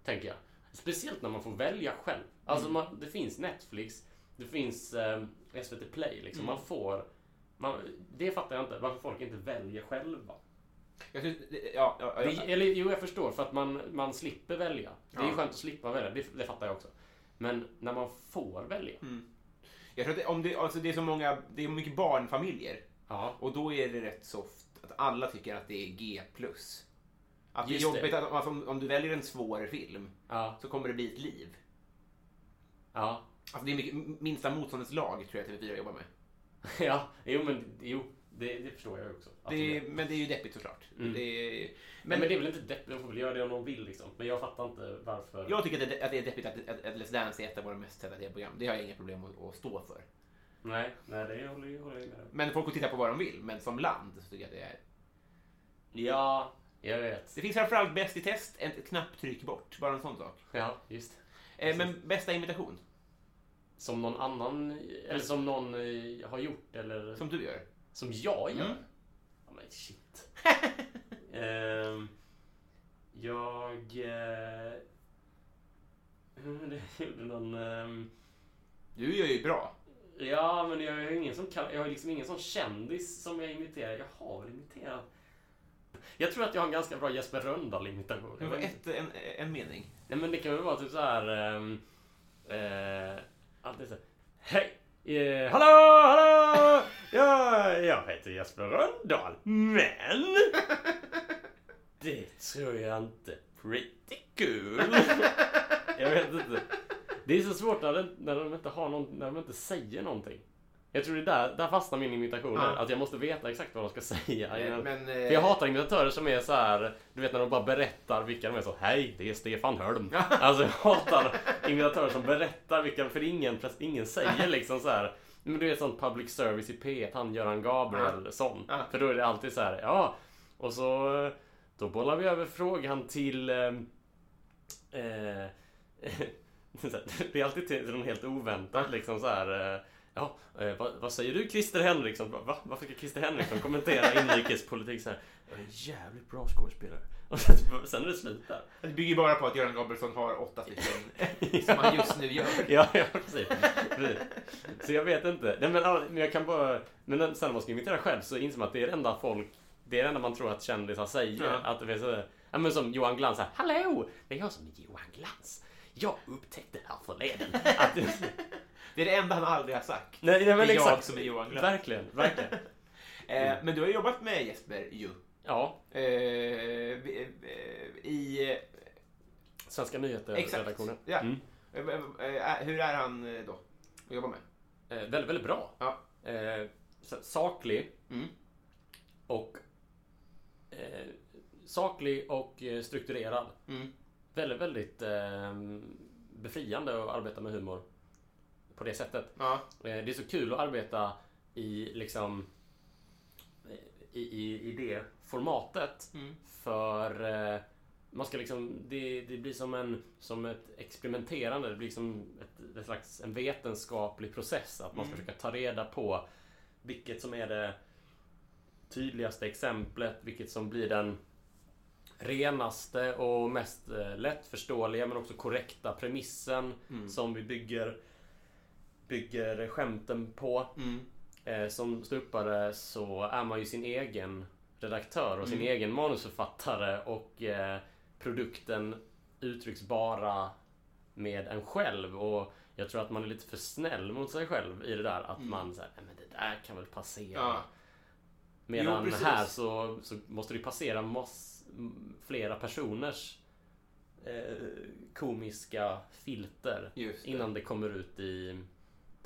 Speaker 2: Tänker jag. Speciellt när man får välja själv. Alltså
Speaker 1: Mm.
Speaker 2: man, det finns Netflix, det finns eh, SVT Play. Liksom.
Speaker 1: Mm.
Speaker 2: Man får... Man, det fattar jag inte, varför folk inte väljer själva.
Speaker 1: Jag tycker, ja, ja, ja,
Speaker 2: Det, eller jo, jag förstår, för att man, man slipper välja. Det är ju skönt att slippa välja, det, det fattar jag också. Men när man får välja.
Speaker 1: Jag tror att det- om det, alltså det är så många, det är mycket barnfamiljer.
Speaker 2: Ja.
Speaker 1: Och då är det rätt soft att alla tycker att det är G+. Att det är
Speaker 2: Just
Speaker 1: jobbigt
Speaker 2: det.
Speaker 1: att alltså, om, om du väljer en svår film
Speaker 2: Ja.
Speaker 1: så kommer det bli ett liv.
Speaker 2: Ja.
Speaker 1: Alltså det är mycket, m- minsta motståndets lag tror jag TV4 jobbar med.
Speaker 2: ja. Jo, men jo, det, det förstår jag ju också. Att
Speaker 1: Det är,
Speaker 2: de-
Speaker 1: men det är ju deppigt såklart. Det är,
Speaker 2: Nej,
Speaker 1: Mm. men,
Speaker 2: men det är väl inte deppigt, de får väl göra det om de vill liksom. Men jag fattar inte varför.
Speaker 1: jag tycker att det, att det är deppigt att, att, att Let's Dance är ett av våra mest sedda tv-program. Det har jag inga problem att, att stå för.
Speaker 2: Nej, nej, det håller, jag- håller jag med om.
Speaker 1: Men folk får titta på vad de vill, men som land så tycker jag att det är...
Speaker 2: Ja, jag vet.
Speaker 1: Det finns framförallt Bäst i test, ett ett knapptryck bort. Bara en sån sak.
Speaker 2: Ja, just det.
Speaker 1: Eh, men bästa imitation?
Speaker 2: Mm. Som någon annan, eller som någon eh, har gjort eller som, Mm.
Speaker 1: Som du gör?
Speaker 2: jag gör. Ja, men shit. Ehm, jag... Eh, jag gjorde någon... ehm,
Speaker 1: Du gör ju bra.
Speaker 2: ja, men jag har ingen som kan, jag har liksom ingen sån kändis som jag imiterar. Jag har väl imiterat... Jag tror att jag har en ganska bra Jesper Rönndahl-imitation.
Speaker 1: Det
Speaker 2: Jag
Speaker 1: var
Speaker 2: vet inte.
Speaker 1: ett, en, en mening.
Speaker 2: Nej men det kan väl vara typ så här... ehm, eh, alltid så här, Hej! Eh, hallå, hallå! Ja, jag heter Jesper Rönndahl, men... Det tror jag inte. Pretty cool. jag vet inte. Det är så svårt när, den, när de inte har någon, när de inte säger någonting. Jag tror det är där, där fastnar min imitation.
Speaker 1: Ja.
Speaker 2: är, Att jag måste veta exakt vad de ska säga.
Speaker 1: Eh,
Speaker 2: innan-
Speaker 1: men, eh,
Speaker 2: för jag hatar imitatörer som är så här. Du vet när de bara berättar vilka de är så. Hej, det är Stefan Hölm. Alltså jag hatar imitatörer som berättar vilka. För ingen, ingen säger liksom så här. Men du vet sånt public service i P1. Han Göran Gabrielsson.
Speaker 1: Ja.
Speaker 2: För då är det alltid så här. Ja, och så. eh, Då bollar vi över frågan till. ehm, Eh, det är alltid till någon helt oväntat liksom så här. eh, Ja, eh, vad, vad säger du Christer Henriksson? Va? Varför ska Christer Henriksson kommentera inrikespolitik så här? "Jag är En jävligt bra skådespelare. Och sen, sen är det slut där.
Speaker 1: Det bygger ju bara på att Göran Gabrielsson har åtta stycken som han just nu gör.
Speaker 2: Ja, ja precis. precis. Så jag vet inte. Nej, men, all- men jag kan bara... Men sen när man ska imitera själv så inser man att det är det enda folk... Det är det enda man tror att kändisar säger.
Speaker 1: Ja.
Speaker 2: Att det är så, ja, men som Johan Glans här. Hallå! Det är jag som är Johan Glans. Jag upptäckte här förleden att...
Speaker 1: Det är det enda han aldrig har sagt.
Speaker 2: Nej, nej men
Speaker 1: Det är jag
Speaker 2: exakt.
Speaker 1: som är Johan Glans.
Speaker 2: Verkligen, verkligen.
Speaker 1: Eh, men du har jobbat med Jesper ju.
Speaker 2: Ja,
Speaker 1: Eh, vi- eh, I... eh,
Speaker 2: Svenska
Speaker 1: Exakt.
Speaker 2: nyheter-redaktionen.
Speaker 1: Ja.
Speaker 2: Mm.
Speaker 1: Eh, eh, eh, Hur är han eh, då? Att jobba med?
Speaker 2: Eh, väldigt, väldigt bra.
Speaker 1: Ja.
Speaker 2: Eh, sa- saklig.
Speaker 1: Mm.
Speaker 2: Och... Eh, saklig och eh, strukturerad.
Speaker 1: Mm.
Speaker 2: Väldigt, väldigt eh, befriande att arbeta med humor. På det sättet.
Speaker 1: Ja.
Speaker 2: Eh, Det är så kul att arbeta i liksom eh, i, i, i det
Speaker 1: Mm.
Speaker 2: formatet. För eh, man ska liksom, det, det blir som, en, som ett experimenterande. Det blir som ett, ett slags, en vetenskaplig process. Att man ska försöka ta reda på vilket som är det tydligaste exemplet. Vilket som blir den renaste och mest eh, lättförståeliga men också korrekta premissen som vi bygger bygger skämten på.
Speaker 1: Mm.
Speaker 2: Eh, som ståuppare så är man ju sin egen redaktör och sin
Speaker 1: Mm.
Speaker 2: egen manusförfattare och eh, produkten uttrycks bara med en själv. Och jag tror att man är lite för snäll mot sig själv i det där. Att man säger men det där kan väl passera.
Speaker 1: Mm. Ja.
Speaker 2: Medan
Speaker 1: Jo, precis.
Speaker 2: här så, så måste det ju passera mass, m- flera personers eh, komiska filter
Speaker 1: Just det.
Speaker 2: innan det kommer ut i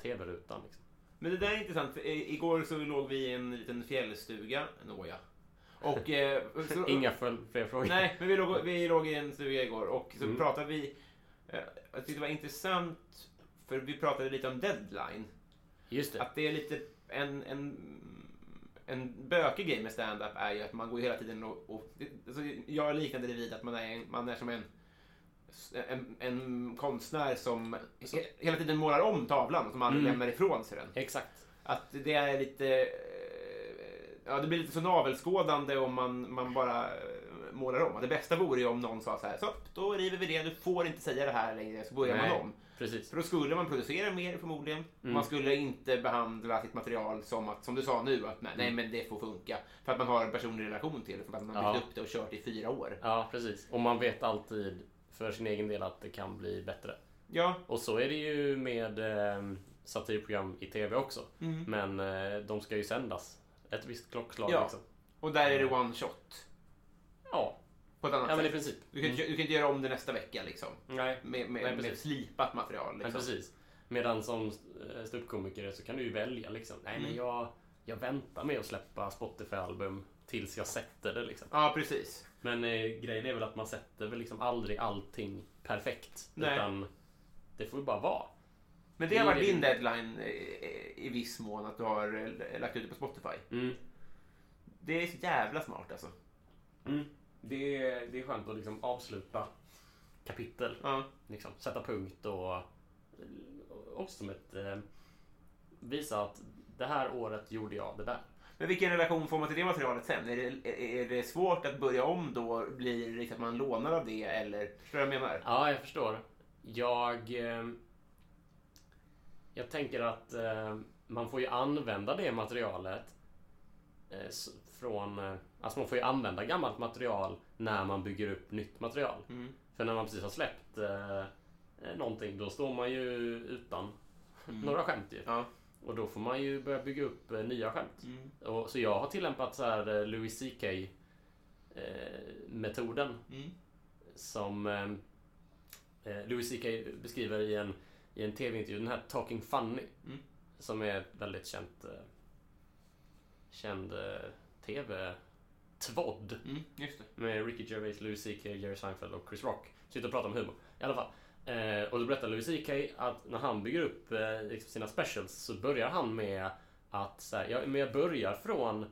Speaker 2: tv-rutan. Liksom.
Speaker 1: Men det där är intressant. för, eh, Igår så låg vi i en liten fjällstuga. Nåja. Och... eh, så-
Speaker 2: Inga föl- fler frågor. Mm.
Speaker 1: Nej, men vi låg, vi låg i en stuga igår och så pratade vi... eh, Jag tyckte det var intressant, för vi pratade lite om deadline.
Speaker 2: Just det.
Speaker 1: Att det är lite en, en, en bökig grej med stand-up är ju att man går ju hela tiden och... och alltså jag liknade det vid att man är, en- man är som en, en, en konstnär som he, hela tiden målar om tavlan och som
Speaker 2: Mm.
Speaker 1: aldrig lämnar ifrån sig den.
Speaker 2: Exakt.
Speaker 1: Att det är lite... eh, Ja, det blir lite så navelskådande om man, man bara eh, målar om. Och Det bästa vore ju om någon sa så här, så då river vi det, du får inte säga det här längre, så börjar
Speaker 2: Nej. Mm.
Speaker 1: man om.
Speaker 2: Precis.
Speaker 1: För då skulle man producera mer förmodligen. Man skulle inte behandla sitt material som att, som du sa nu, att nej, nej men det får funka. För att man har en personlig relation till det, för att man har
Speaker 2: Mm. Ja.
Speaker 1: byggt upp det och kört i fyra år.
Speaker 2: Ja, precis. Och man vet alltid för sin egen del att det kan bli bättre.
Speaker 1: Ja,
Speaker 2: Och så är det ju med eh, satirprogram i TV också. Men eh, de ska ju sändas. Ett visst klockslag
Speaker 1: Mm. Ja.
Speaker 2: liksom.
Speaker 1: och där är det one shot.
Speaker 2: Ja,
Speaker 1: På ett annat
Speaker 2: ja men i
Speaker 1: sätt.
Speaker 2: princip.
Speaker 1: Du kan, inte- du kan inte göra om det nästa vecka liksom.
Speaker 2: Nej,
Speaker 1: Med, med,
Speaker 2: Mm. Nej,
Speaker 1: med
Speaker 2: precis.
Speaker 1: slipat material.
Speaker 2: men
Speaker 1: Liksom.
Speaker 2: precis. Medan som eh, ståuppkomiker så kan du ju välja liksom. Nej,
Speaker 1: Mm.
Speaker 2: men jag, jag väntar med att släppa Spotify-album tills jag sätter det liksom.
Speaker 1: Ja, precis.
Speaker 2: Men eh, grejen är väl att man sätter väl liksom aldrig allting perfekt.
Speaker 1: Nej.
Speaker 2: Utan det får ju bara vara.
Speaker 1: Men det har
Speaker 2: Det är
Speaker 1: varit
Speaker 2: det.
Speaker 1: din deadline eh, i viss mån, att du har eh, lagt ut det på Spotify.
Speaker 2: Mm.
Speaker 1: Det är så jävla smart alltså.
Speaker 2: Det, är, det är skönt att liksom avsluta kapitel.
Speaker 1: Ja.
Speaker 2: Liksom, sätta punkt och och också som ett eh, visa att det här året gjorde jag det där.
Speaker 1: Men vilken relation får man till det materialet sen? Är det, eh, är är det svårt att börja om då? Blir det liksom att man lånar av det eller? Förstår du vad jag menar?
Speaker 2: Ja, jag förstår. Jag... Eh, jag tänker att eh, man får ju använda det materialet eh, s- från... Eh, alltså man får ju använda gammalt material när man bygger upp nytt material. För när man precis har släppt eh, eh, någonting, då står man ju utan några skämt ju.
Speaker 1: Ja.
Speaker 2: Och då får man ju börja bygga upp eh, nya skämt. Och, så jag har tillämpat så här eh, Louis CK eh, metoden. Som eh, eh, Louis CK beskriver i en, i en tv-intervju. Den här Talking Funny. Som är ett väldigt känt eh, känd eh, tv-tvodd
Speaker 1: Mm, just det.
Speaker 2: med Ricky Gervais, Louis CK, Jerry Seinfeld och Chris Rock. Sitter och pratar om humor. I alla fall. Eh, och då berättar Louis CK att när han bygger upp eh, liksom sina specials så börjar han med att så här, ja, men jag börjar från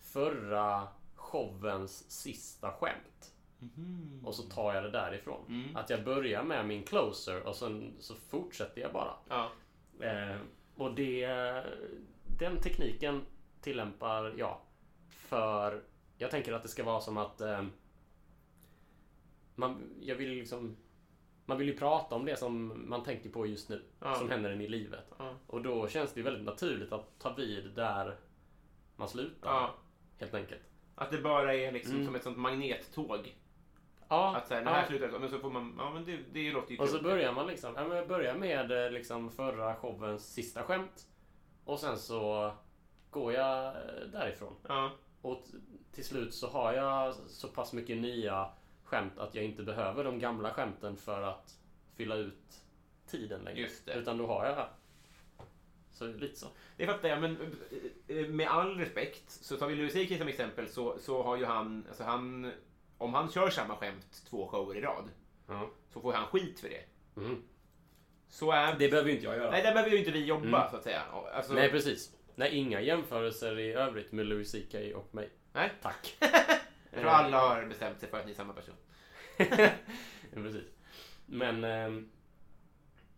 Speaker 2: förra showens sista skämt. Och så tar jag det därifrån. Att jag börjar med min closer och sen så fortsätter jag bara.
Speaker 1: Ja.
Speaker 2: Eh, och det, den tekniken tillämpar jag. För jag tänker att det ska vara som att eh, man, jag vill liksom, man vill ju prata om det som man tänker på just nu. Som händer en i livet.
Speaker 1: Ja.
Speaker 2: Och då känns det ju väldigt naturligt att ta vid där man slutar.
Speaker 1: ja.
Speaker 2: Helt enkelt.
Speaker 1: Att det bara är liksom som ett sånt magnettåg.
Speaker 2: Ja,
Speaker 1: Att så här, det här
Speaker 2: Mm. ja.
Speaker 1: slutar men så får man, ja men det, det låter ju
Speaker 2: Och så
Speaker 1: kul.
Speaker 2: börjar man liksom, ja, men jag börjar med eh, liksom förra showens sista skämt. Och sen så går jag eh, därifrån.
Speaker 1: Ja.
Speaker 2: Och t- till slut så har jag så pass mycket nya skämt att jag inte behöver de gamla skämten för att fylla ut tiden längre.
Speaker 1: Just det.
Speaker 2: Utan då har jag Så lite så.
Speaker 1: Det fattar jag, men eh, med all respekt, så tar vi Louis CK som exempel så, så har ju han, alltså han, om han kör samma skämt två shower i rad
Speaker 2: Ja.
Speaker 1: så får han skit för det.
Speaker 2: Mm.
Speaker 1: Så är
Speaker 2: Det behöver ju inte jag göra.
Speaker 1: Nej,
Speaker 2: Nej,
Speaker 1: där behöver ju inte vi jobba så att säga. Alltså,
Speaker 2: precis. Nej, inga jämförelser i övrigt med Louis CK och mig.
Speaker 1: nej.
Speaker 2: Tack.
Speaker 1: Jag tror alla har bestämt sig för att ni är samma person.
Speaker 2: Ja, precis. Men... ehm,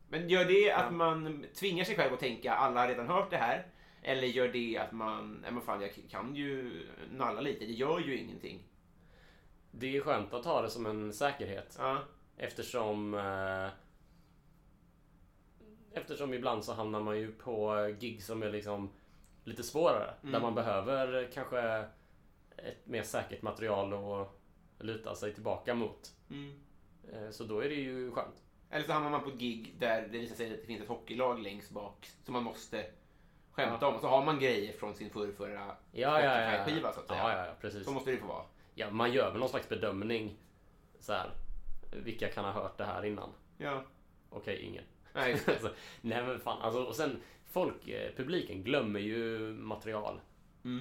Speaker 1: Men gör det att man tvingar sig själv att tänka alla har redan hört det här? Eller gör det att man, nej men fan jag kan ju nalla lite, det gör ju ingenting.
Speaker 2: Det är skönt att ha det som en säkerhet
Speaker 1: Ja,
Speaker 2: eftersom eh, Eftersom ibland så hamnar man ju på gig som är liksom lite svårare. Där man behöver kanske ett mer säkert material att luta sig tillbaka mot. Eh, Så då är det ju skönt.
Speaker 1: Eller så hamnar man på ett gig där det visar sig att det finns ett hockeylag längst bak som man måste skämta om. Och så har man grejer från sin förrförra
Speaker 2: Ja, ja, ja.
Speaker 1: Spotify-skiva så att säga.
Speaker 2: Ja, ja, ja precis.
Speaker 1: Så måste det få vara.
Speaker 2: Ja, man gör väl någon slags bedömning. Så här, vilka kan ha hört det här innan?
Speaker 1: Ja.
Speaker 2: Okej, ingen.
Speaker 1: Nej, just det.
Speaker 2: alltså, nej men fan, alltså, och sen folk, eh, publiken glömmer ju material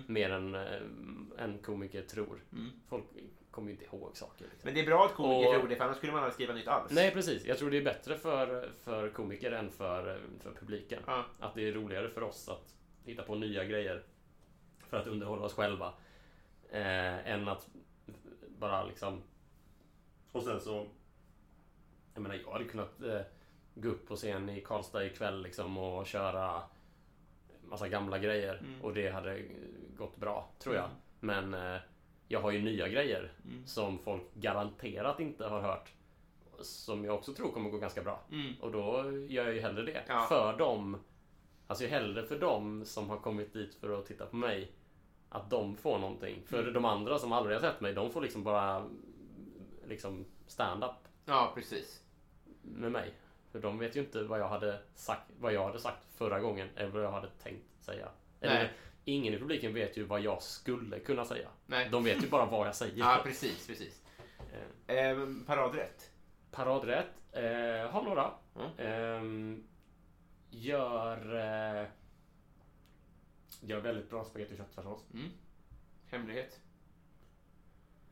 Speaker 2: mer än eh, en komiker tror. Folk kommer ju inte ihåg saker. Liksom.
Speaker 1: Men det är bra att komiker
Speaker 2: Och-
Speaker 1: tror det, för annars skulle man aldrig skriva nytt alls.
Speaker 2: Nej precis, jag tror det är bättre för, för komiker än för, eh, för publiken.
Speaker 1: Ja.
Speaker 2: Att det är roligare för oss att hitta på nya grejer för att underhålla oss själva. Eh, än att bara liksom... Och sen så... Jag menar, jag hade kunnat eh, gå upp på scen i Karlstad ikväll liksom och köra massa gamla grejer och det hade eh, gått bra, tror jag. Men eh, jag har ju nya grejer som folk garanterat inte har hört. Som jag också tror kommer gå ganska bra. Och då gör jag ju hellre det.
Speaker 1: Ja.
Speaker 2: För dem. Alltså jag hellre för dem som har kommit dit för att titta på mig. Att de får någonting. För de andra som aldrig har sett mig, de får liksom bara liksom stand-up
Speaker 1: Ja, precis.
Speaker 2: med mig. För de vet ju inte vad jag hade sagt, vad jag hade sagt förra gången eller vad jag hade tänkt säga. Eller,
Speaker 1: Nej.
Speaker 2: ingen i publiken vet ju vad jag skulle kunna säga.
Speaker 1: Nej.
Speaker 2: De vet ju bara vad jag säger.
Speaker 1: Ja, precis, precis. Ehm, paradrätt.
Speaker 2: Paradrätt. Eh, har några.
Speaker 1: Mm.
Speaker 2: Ehm, gör... Eh, gör väldigt bra spagetti och köttfärssås.
Speaker 1: Hemlighet.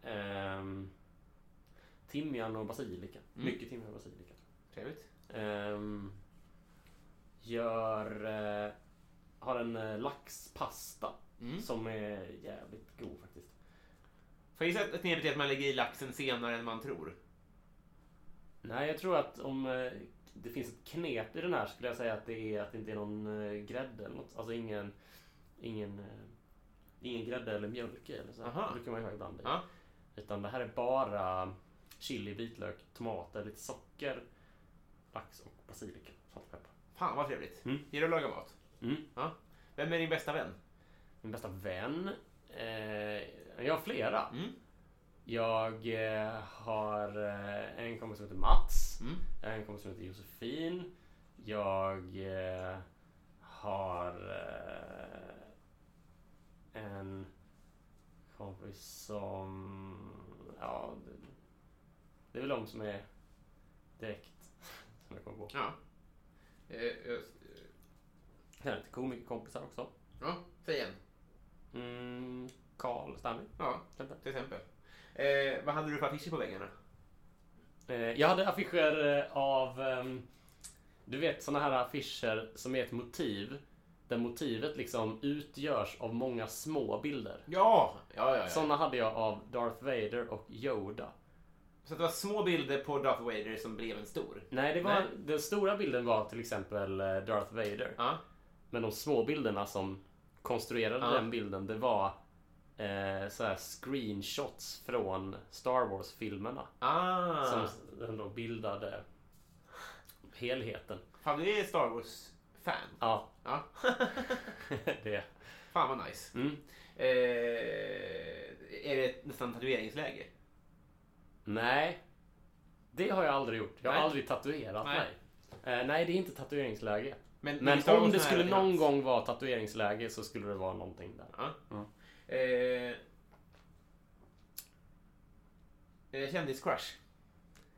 Speaker 2: Ehm, timjan och basilika.
Speaker 1: Mm.
Speaker 2: Mycket timjan och basilika.
Speaker 1: Trevligt.
Speaker 2: Ehm, gör... Eh, har en eh, laxpasta.
Speaker 1: Mm.
Speaker 2: Som är jävligt god faktiskt.
Speaker 1: Får jag gissa att- att knepet är att man lägger i laxen senare än man tror?
Speaker 2: Nej, jag tror att om eh, det finns ett knep i den här skulle jag säga att det är att det inte är någon eh, grädde eller något. Alltså ingen, ingen, eh, ingen grädde eller mjölk i eller så.
Speaker 1: Aha.
Speaker 2: Det brukar man ju ha ibland. i.
Speaker 1: Ja.
Speaker 2: Utan det här är bara chili, vitlök, tomater, lite socker, lax och basilika. Salt och peppar.
Speaker 1: Fan, vad trevligt.
Speaker 2: Mm.
Speaker 1: Gillar du att laga mat?
Speaker 2: Mm.
Speaker 1: Ja. Vem är din bästa vän?
Speaker 2: Min bästa vän. Eh, jag har flera.
Speaker 1: Mm.
Speaker 2: Jag eh, har eh, en kompis som heter Mats.
Speaker 1: Mm.
Speaker 2: Jag har en kompis som heter Josefin. Jag eh, har eh, en kompis som... Ja, det, det är väl de som är direkt som jag kommer på.
Speaker 1: Ja. Eh, eh,
Speaker 2: Jag har lite komikerkompisar också.
Speaker 1: ja, säg en.
Speaker 2: Mm, Carl Stanley.
Speaker 1: Ja,
Speaker 2: till exempel.
Speaker 1: till exempel. Eh, vad hade du för affischer på väggarna?
Speaker 2: Eh, Jag hade affischer eh, av... ehm, Du vet såna här affischer som är ett motiv. Där motivet liksom utgörs av många små bilder.
Speaker 1: Ja, ja, ja. ja.
Speaker 2: Såna hade jag av Darth Vader och Yoda.
Speaker 1: Så att det var små bilder på Darth Vader som blev en stor?
Speaker 2: Nej, det var,
Speaker 1: Nej.
Speaker 2: den stora bilden var till exempel eh, Darth Vader.
Speaker 1: Ja.
Speaker 2: Men de små bilderna som konstruerade
Speaker 1: Ja.
Speaker 2: den bilden, det var eh, så här screenshots från Star Wars-filmerna.
Speaker 1: Ah.
Speaker 2: Som den då bildade helheten.
Speaker 1: Fan, du är Star Wars-fan.
Speaker 2: Ja,
Speaker 1: Ja.
Speaker 2: det.
Speaker 1: Fan vad nice.
Speaker 2: Mm.
Speaker 1: Eh, är det nästan tatueringsläge?
Speaker 2: Nej. Det har jag aldrig gjort. Jag har
Speaker 1: Nej.
Speaker 2: aldrig tatuerat
Speaker 1: Nej.
Speaker 2: nej. mig. Eh, nej, det är inte tatueringsläge.
Speaker 1: Men- men
Speaker 2: Men,
Speaker 1: Star Wars
Speaker 2: om det
Speaker 1: nära
Speaker 2: skulle
Speaker 1: till
Speaker 2: någon
Speaker 1: hands.
Speaker 2: gång vara tatueringsläge så skulle det vara någonting där.
Speaker 1: Ja.
Speaker 2: Mm.
Speaker 1: Eh, eh, Kändiscrush.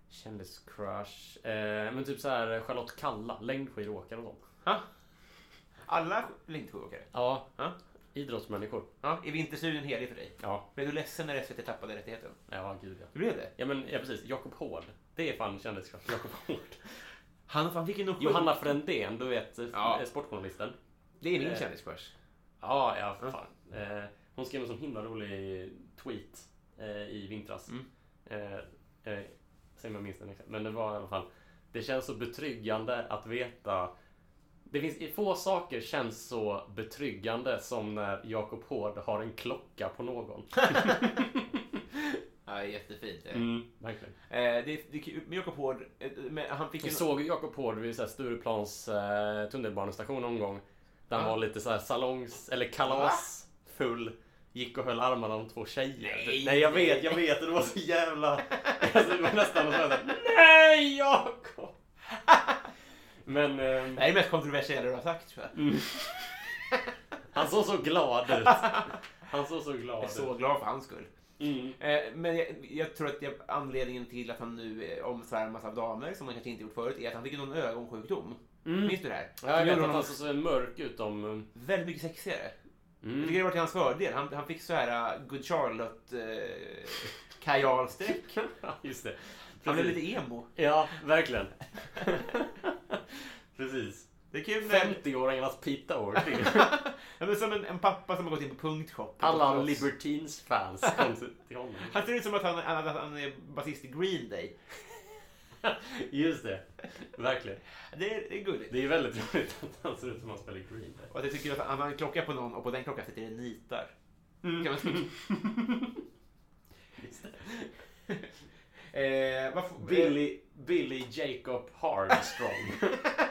Speaker 2: Kändiscrush. Eh, men typ så här Charlotte Kalla, längdskidåkare och sånt.
Speaker 1: Ha? Alla längdskidåkare?
Speaker 2: Ja.
Speaker 1: Ja.
Speaker 2: Idrottsmänniskor.
Speaker 1: Ja, är vinterstudion helig för dig?
Speaker 2: Ja.
Speaker 1: Blev du ledsen när SVT tappade rättigheten?
Speaker 2: Ja, gud ja.
Speaker 1: Du blev det?
Speaker 2: Ja men ja, precis, Jakob Hård. Det är fan kändiscrush. Jakob Hård.
Speaker 1: Han fan fick ju nog
Speaker 2: Johanna Frändén, du vet eh,
Speaker 1: Ja.
Speaker 2: sportjournalisten.
Speaker 1: Det är min
Speaker 2: Eh.
Speaker 1: kändiscrush.
Speaker 2: Ja, ja för fan. Eh, hon skrev en sån himla rolig tweet eh, i vintras.
Speaker 1: Mm.
Speaker 2: Eh, eh, Säg om jag minns den exakt. Men det var i alla fall. Det känns så betryggande att veta. Det finns i få saker känns så betryggande som när Jakob Hård har en klocka på någon.
Speaker 1: Ja, jättefint. Mm.
Speaker 2: Mm, verkligen.
Speaker 1: Eh, det, det, är kul med Jakob Hård, eh, men han fick ju...
Speaker 2: Jag såg ju Jakob Hård vid så här Stureplans eh, tunnelbanestation någon gång. Där han
Speaker 1: Ja.
Speaker 2: var lite så här salongs eller kalasfull. Gick och höll armarna om två tjejer. Typ.
Speaker 1: Nej.
Speaker 2: Nej jag vet, jag vet. Det var så jävla... Alltså, det var nästan så här, Nej Jakob! Men
Speaker 1: Det
Speaker 2: eh,
Speaker 1: här är det mest kontroversiella du har sagt tror jag.
Speaker 2: Mm. han såg så glad ut. Han såg så glad
Speaker 1: Jag är
Speaker 2: ut.
Speaker 1: så glad för hans skull.
Speaker 2: Mm.
Speaker 1: Eh, Men jag, jag tror att jag, anledningen till att han nu eh, omsvärmas av damer, som han kanske inte gjort förut, är att han fick någon ögonsjukdom. Minns du det här?
Speaker 2: Mm. Ja, jag
Speaker 1: Som gjorde
Speaker 2: vet att alltså-
Speaker 1: honom
Speaker 2: han såg så mörk ut om...
Speaker 1: väldigt mycket sexigare.
Speaker 2: Mm.
Speaker 1: Jag tycker det var till hans fördel. Han, han fick så här uh, Good Charlotte uh, kajalstreck.
Speaker 2: eh, Just det.
Speaker 1: Han blev
Speaker 2: Precis.
Speaker 1: lite emo.
Speaker 2: Ja, verkligen. Precis.
Speaker 1: Det är kul med...
Speaker 2: 50-åringarnas Pita år till.
Speaker 1: Ja, men som en, en pappa som har gått in på punktshop.
Speaker 2: Alla Alltså, Libertines fans kom till- till honom.
Speaker 1: Han ser ut som att han, han, han är basist i Green Day.
Speaker 2: Just det. Verkligen.
Speaker 1: Det är, det är gulligt.
Speaker 2: Det är väldigt roligt att han ser ut som han spelar Green Day.
Speaker 1: Och att jag tycker att han har en klocka på någon och på den klockan sitter det nitar.
Speaker 2: Mm.
Speaker 1: Kan man tycka. eh, vad får-
Speaker 2: Billy, Billy Jacob Hardstrong.
Speaker 1: Eh,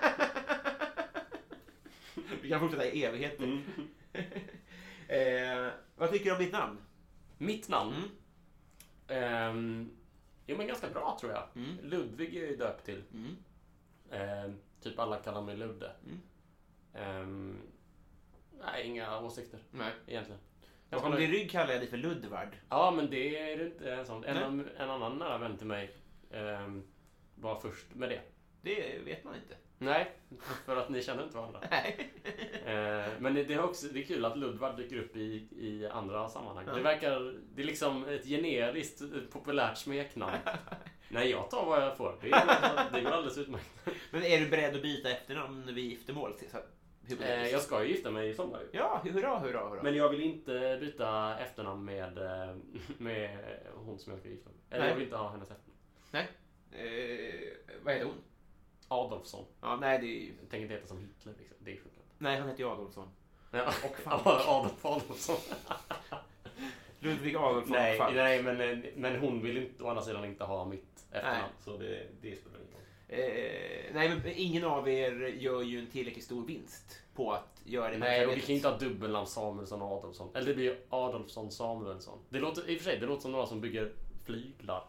Speaker 1: vi kan fortsätta i evigheter.
Speaker 2: Mm.
Speaker 1: eh, vad tycker du om ditt namn?
Speaker 2: Mitt namn? Ehm, jo men ganska bra tror jag. Ludvig är jag ju döpt till.
Speaker 1: Mm.
Speaker 2: Ehm, typ alla kallar mig Ludde. Ehm, nej, inga åsikter
Speaker 1: Nej.
Speaker 2: egentligen. Jag
Speaker 1: Bakom
Speaker 2: kollar-
Speaker 1: din rygg kallar jag dig för Ludvard.
Speaker 2: Ja, men det är det inte en sån. En, annan- en annan nära vän till mig ehm, var först med det.
Speaker 1: Det vet man inte.
Speaker 2: Nej, för att ni känner inte varandra.
Speaker 1: Nej.
Speaker 2: Eh, men det, det, är också, det är kul att Ludvard dyker upp i, i andra sammanhang. Det verkar... Det är liksom ett generiskt eh, populärt smeknamn. Nej, jag tar vad jag får. Det, är, det går alldeles utmärkt.
Speaker 1: Men är du beredd att byta efternamn vid giftermål? Så- så-
Speaker 2: Eh, jag ska ju gifta mig i sommar ju.
Speaker 1: Ja, hurra, hurra, hurra.
Speaker 2: Men jag vill inte byta efternamn med, eh, med hon som jag ska gifta mig med. Eller
Speaker 1: Nej.
Speaker 2: jag vill inte ha hennes efternamn.
Speaker 1: Nej. Eh, vad heter hon?
Speaker 2: Adolfsson.
Speaker 1: Ja, nej, det är ju...
Speaker 2: Jag tänker inte heta som Hitler liksom. Det är sjukt.
Speaker 1: Nej, han heter ju Adolfsson.
Speaker 2: Ja.
Speaker 1: Och Falk.
Speaker 2: Adolf Adolfsson.
Speaker 1: Ludvig Adolfsson
Speaker 2: nej,
Speaker 1: Falk.
Speaker 2: nej men, men hon vill inte, å andra sidan inte ha mitt efternamn. Så det, det spelar ingen roll.
Speaker 1: Eh, nej, men ingen av er gör ju en tillräckligt stor vinst på att göra det
Speaker 2: Nej, och vi
Speaker 1: medvetet.
Speaker 2: kan ju inte ha dubbelnamn Samuelsson och Adolfsson. Eller det blir ju Adolfsson Samuelsson. Det låter, I och för sig, det låter som några som bygger flyglar.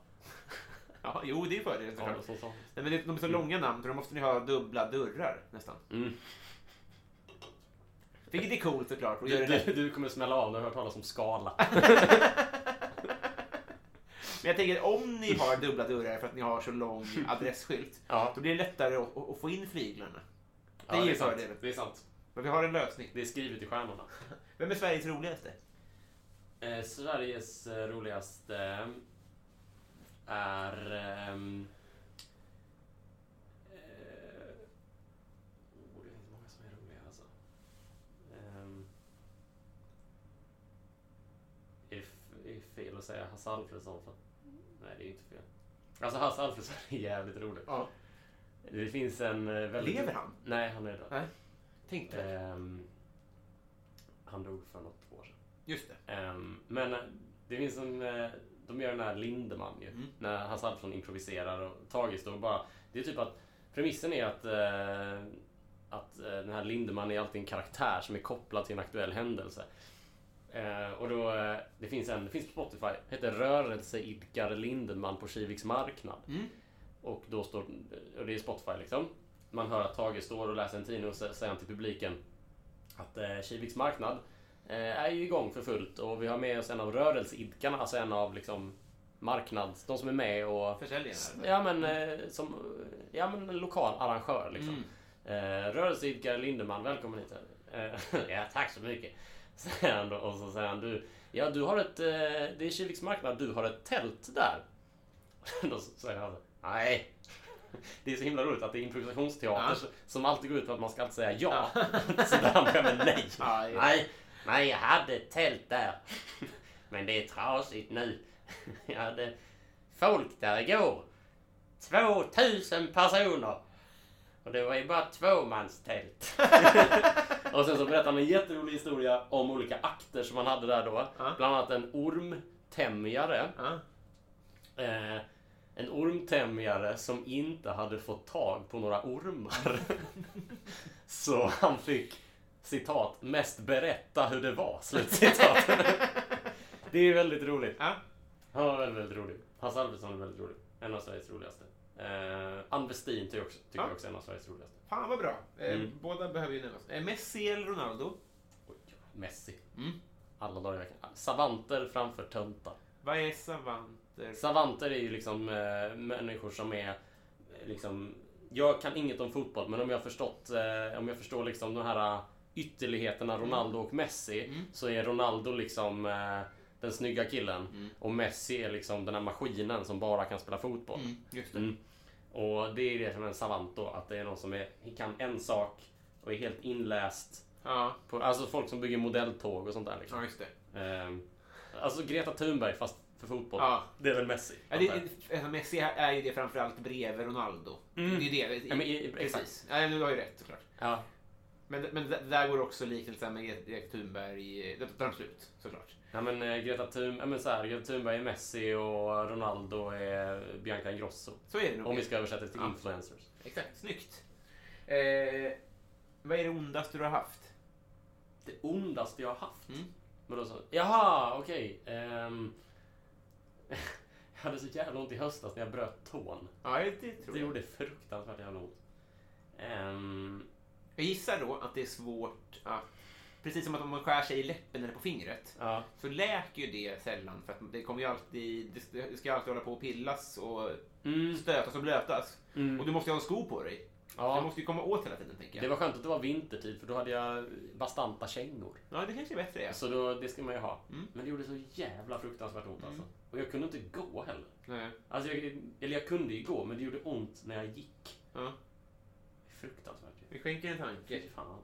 Speaker 1: Ja, jo, det är fördelen såklart.
Speaker 2: Adolfsson Samuelsson.
Speaker 1: Nej, men det- de är så långa namn så då måste ni ha dubbla dörrar nästan.
Speaker 2: Mm.
Speaker 1: Vilket är coolt såklart. Och gör
Speaker 2: Du,
Speaker 1: det lätt.
Speaker 2: du, du kommer smälla av när du hört talas om Skala.
Speaker 1: Men jag tänker om ni har dubbla dörrar för att ni har så lång adressskylt.
Speaker 2: Ja.
Speaker 1: Då blir det lättare att, att att få in flyglarna.
Speaker 2: Ja,
Speaker 1: Det är ju
Speaker 2: sant.
Speaker 1: fördelen.
Speaker 2: Det är sant.
Speaker 1: Men vi har en lösning.
Speaker 2: Det är skrivet i stjärnorna.
Speaker 1: Vem är Sveriges roligaste?
Speaker 2: Eh, Sveriges eh, roligaste är... ehm, eh, oh, det finns många som är roliga alltså. Ehm, är, det f- är det fel att säga Hasse Alfredson? För, nej, det är inte fel. Alltså Hasse Alfredson är jävligt rolig.
Speaker 1: Ja.
Speaker 2: Det finns en eh, väldigt...
Speaker 1: Lever han?
Speaker 2: Nej, han är död.
Speaker 1: Nej. Tänkte jag.
Speaker 2: Ehm, han dog för något år sedan.
Speaker 1: Just det.
Speaker 2: Ehm, men eh, det finns en... eh, De gör den här Lindemann ju. När Hasse Alfredson improviserar och tragiskt och bara... Det är typ att... Premissen är att... eh, att eh, den här Lindemann är alltid en karaktär som är kopplad till en aktuell händelse. Eh, och då, eh, det finns en, det finns på Spotify, heter Rörelseidkare Lindemann på Kiviks marknad. Och då står, och det är Spotify liksom. Man hör att Tage står och läser en tidning och så säger han till publiken att eh, Kiviks marknad eh, är ju igång för fullt och vi har med oss en av rörelseidkarna, alltså en av liksom marknads, de som är med och...
Speaker 1: Försäljaren,
Speaker 2: S-
Speaker 1: eller?
Speaker 2: Ja men, eh, som, ja men en lokal arrangör liksom. Eh, rörelseidkare Lindeman, välkommen hit. Eh, ja, tack så mycket. Säger han då, och så säger han du, ja du har ett, eh, det är Kiviks marknad, du har ett tält där. Då säger han nej. Det är så himla roligt att det är improvisationsteater
Speaker 1: Ja.
Speaker 2: så- som alltid går ut på att man ska alltid säga ja. så där han börjar med nej.
Speaker 1: Ja, ja.
Speaker 2: Nej, nej, jag hade ett tält där. Men det är trasigt nu. Jag hade folk där igår. 2000 personer. Och det var ju bara tvåmanstält. och sen så berättar han en jätterolig historia om olika akter som han hade där då.
Speaker 1: Ja.
Speaker 2: Bland annat en ormtämjare.
Speaker 1: Ja.
Speaker 2: Eh, en ormtämjare som inte hade fått tag på några ormar. Så han fick, citat, mest berätta hur det var, slutcitat. det är väldigt roligt.
Speaker 1: Ja.
Speaker 2: Han var väldigt, väldigt rolig. Hans Alfredsson är väldigt rolig. En av Sveriges roligaste. Eh, Ann Westin tycker jag också, tycker
Speaker 1: Ja.
Speaker 2: jag också är en av Sveriges roligaste.
Speaker 1: Fan vad bra. Eh,
Speaker 2: Mm.
Speaker 1: Båda behöver ju nämnas. Eh, Messi eller Ronaldo?
Speaker 2: Oj, Messi.
Speaker 1: Mm.
Speaker 2: Alla dagar i veckan. Savanter framför töntar.
Speaker 1: Vad är savanter?
Speaker 2: Savanter är ju liksom eh, människor som är eh, liksom... Jag kan inget om fotboll, men om jag förstått... Eh, om jag förstår liksom de här eh, ytterligheterna
Speaker 1: Mm.
Speaker 2: Ronaldo och Messi så är Ronaldo liksom eh, den snygga killen
Speaker 1: Mm.
Speaker 2: och Messi är liksom den här maskinen som bara kan spela fotboll.
Speaker 1: Mm, just det.
Speaker 2: Mm. Och det är det som är en savant då, att det är någon som är, kan en sak och är helt inläst.
Speaker 1: Ja.
Speaker 2: På, alltså folk som bygger modelltåg och sånt där. Liksom.
Speaker 1: ja, just det.
Speaker 2: Ehm, alltså Greta Thunberg fast för fotboll.
Speaker 1: Ja.
Speaker 2: Det är väl Messi?
Speaker 1: Ja,
Speaker 2: antar jag.
Speaker 1: det, alltså, Messi är ju det framförallt bredvid Ronaldo. Det är ju det.
Speaker 2: Mm. Ja, men i-
Speaker 1: precis. Ja, men du har ju rätt såklart.
Speaker 2: ja.
Speaker 1: Men, men d- där går också likheten med Erik Thunberg. eh, Där tar de slut såklart.
Speaker 2: Ja, men eh, Greta, Thun, ja, men så här, Greta Thunberg är Messi och Ronaldo är Bianca Ingrosso.
Speaker 1: Så är det nog.
Speaker 2: Om vi ska översätta det till
Speaker 1: Ja.
Speaker 2: influencers.
Speaker 1: Exakt, snyggt. Eh, vad är det ondaste du har haft?
Speaker 2: Det ondaste jag har haft?
Speaker 1: Mm.
Speaker 2: Men då så, jaha, okej. ehm, jag hade så jävla ont i höstas när jag bröt tån.
Speaker 1: Ja, det tror
Speaker 2: Det
Speaker 1: jag.
Speaker 2: gjorde fruktansvärt jävla ont. Ehm,
Speaker 1: Jag gissar då att det är svårt att... Precis som att om man skär sig i läppen eller på fingret
Speaker 2: ja.
Speaker 1: så läker ju det sällan för att det kommer ju alltid... det ska- Det ska alltid hålla på och pillas och
Speaker 2: Mm,
Speaker 1: stötas och blötas.
Speaker 2: Mm.
Speaker 1: Och du måste ju ha en sko på dig.
Speaker 2: Ja.
Speaker 1: Du måste ju komma åt hela tiden, tänker jag.
Speaker 2: det var skönt att det var vintertid för då hade jag bastanta kängor.
Speaker 1: Ja, det kanske är bättre. Ja.
Speaker 2: Så Alltså då, det ska man ju ha. Men det gjorde så jävla fruktansvärt ont alltså. Och jag kunde inte gå heller.
Speaker 1: Nej.
Speaker 2: Alltså jag, eller jag kunde ju gå, men det gjorde ont när jag gick.
Speaker 1: Ja.
Speaker 2: Fruktansvärt ju.
Speaker 1: Vi skänker en tanke.
Speaker 2: Fy fan.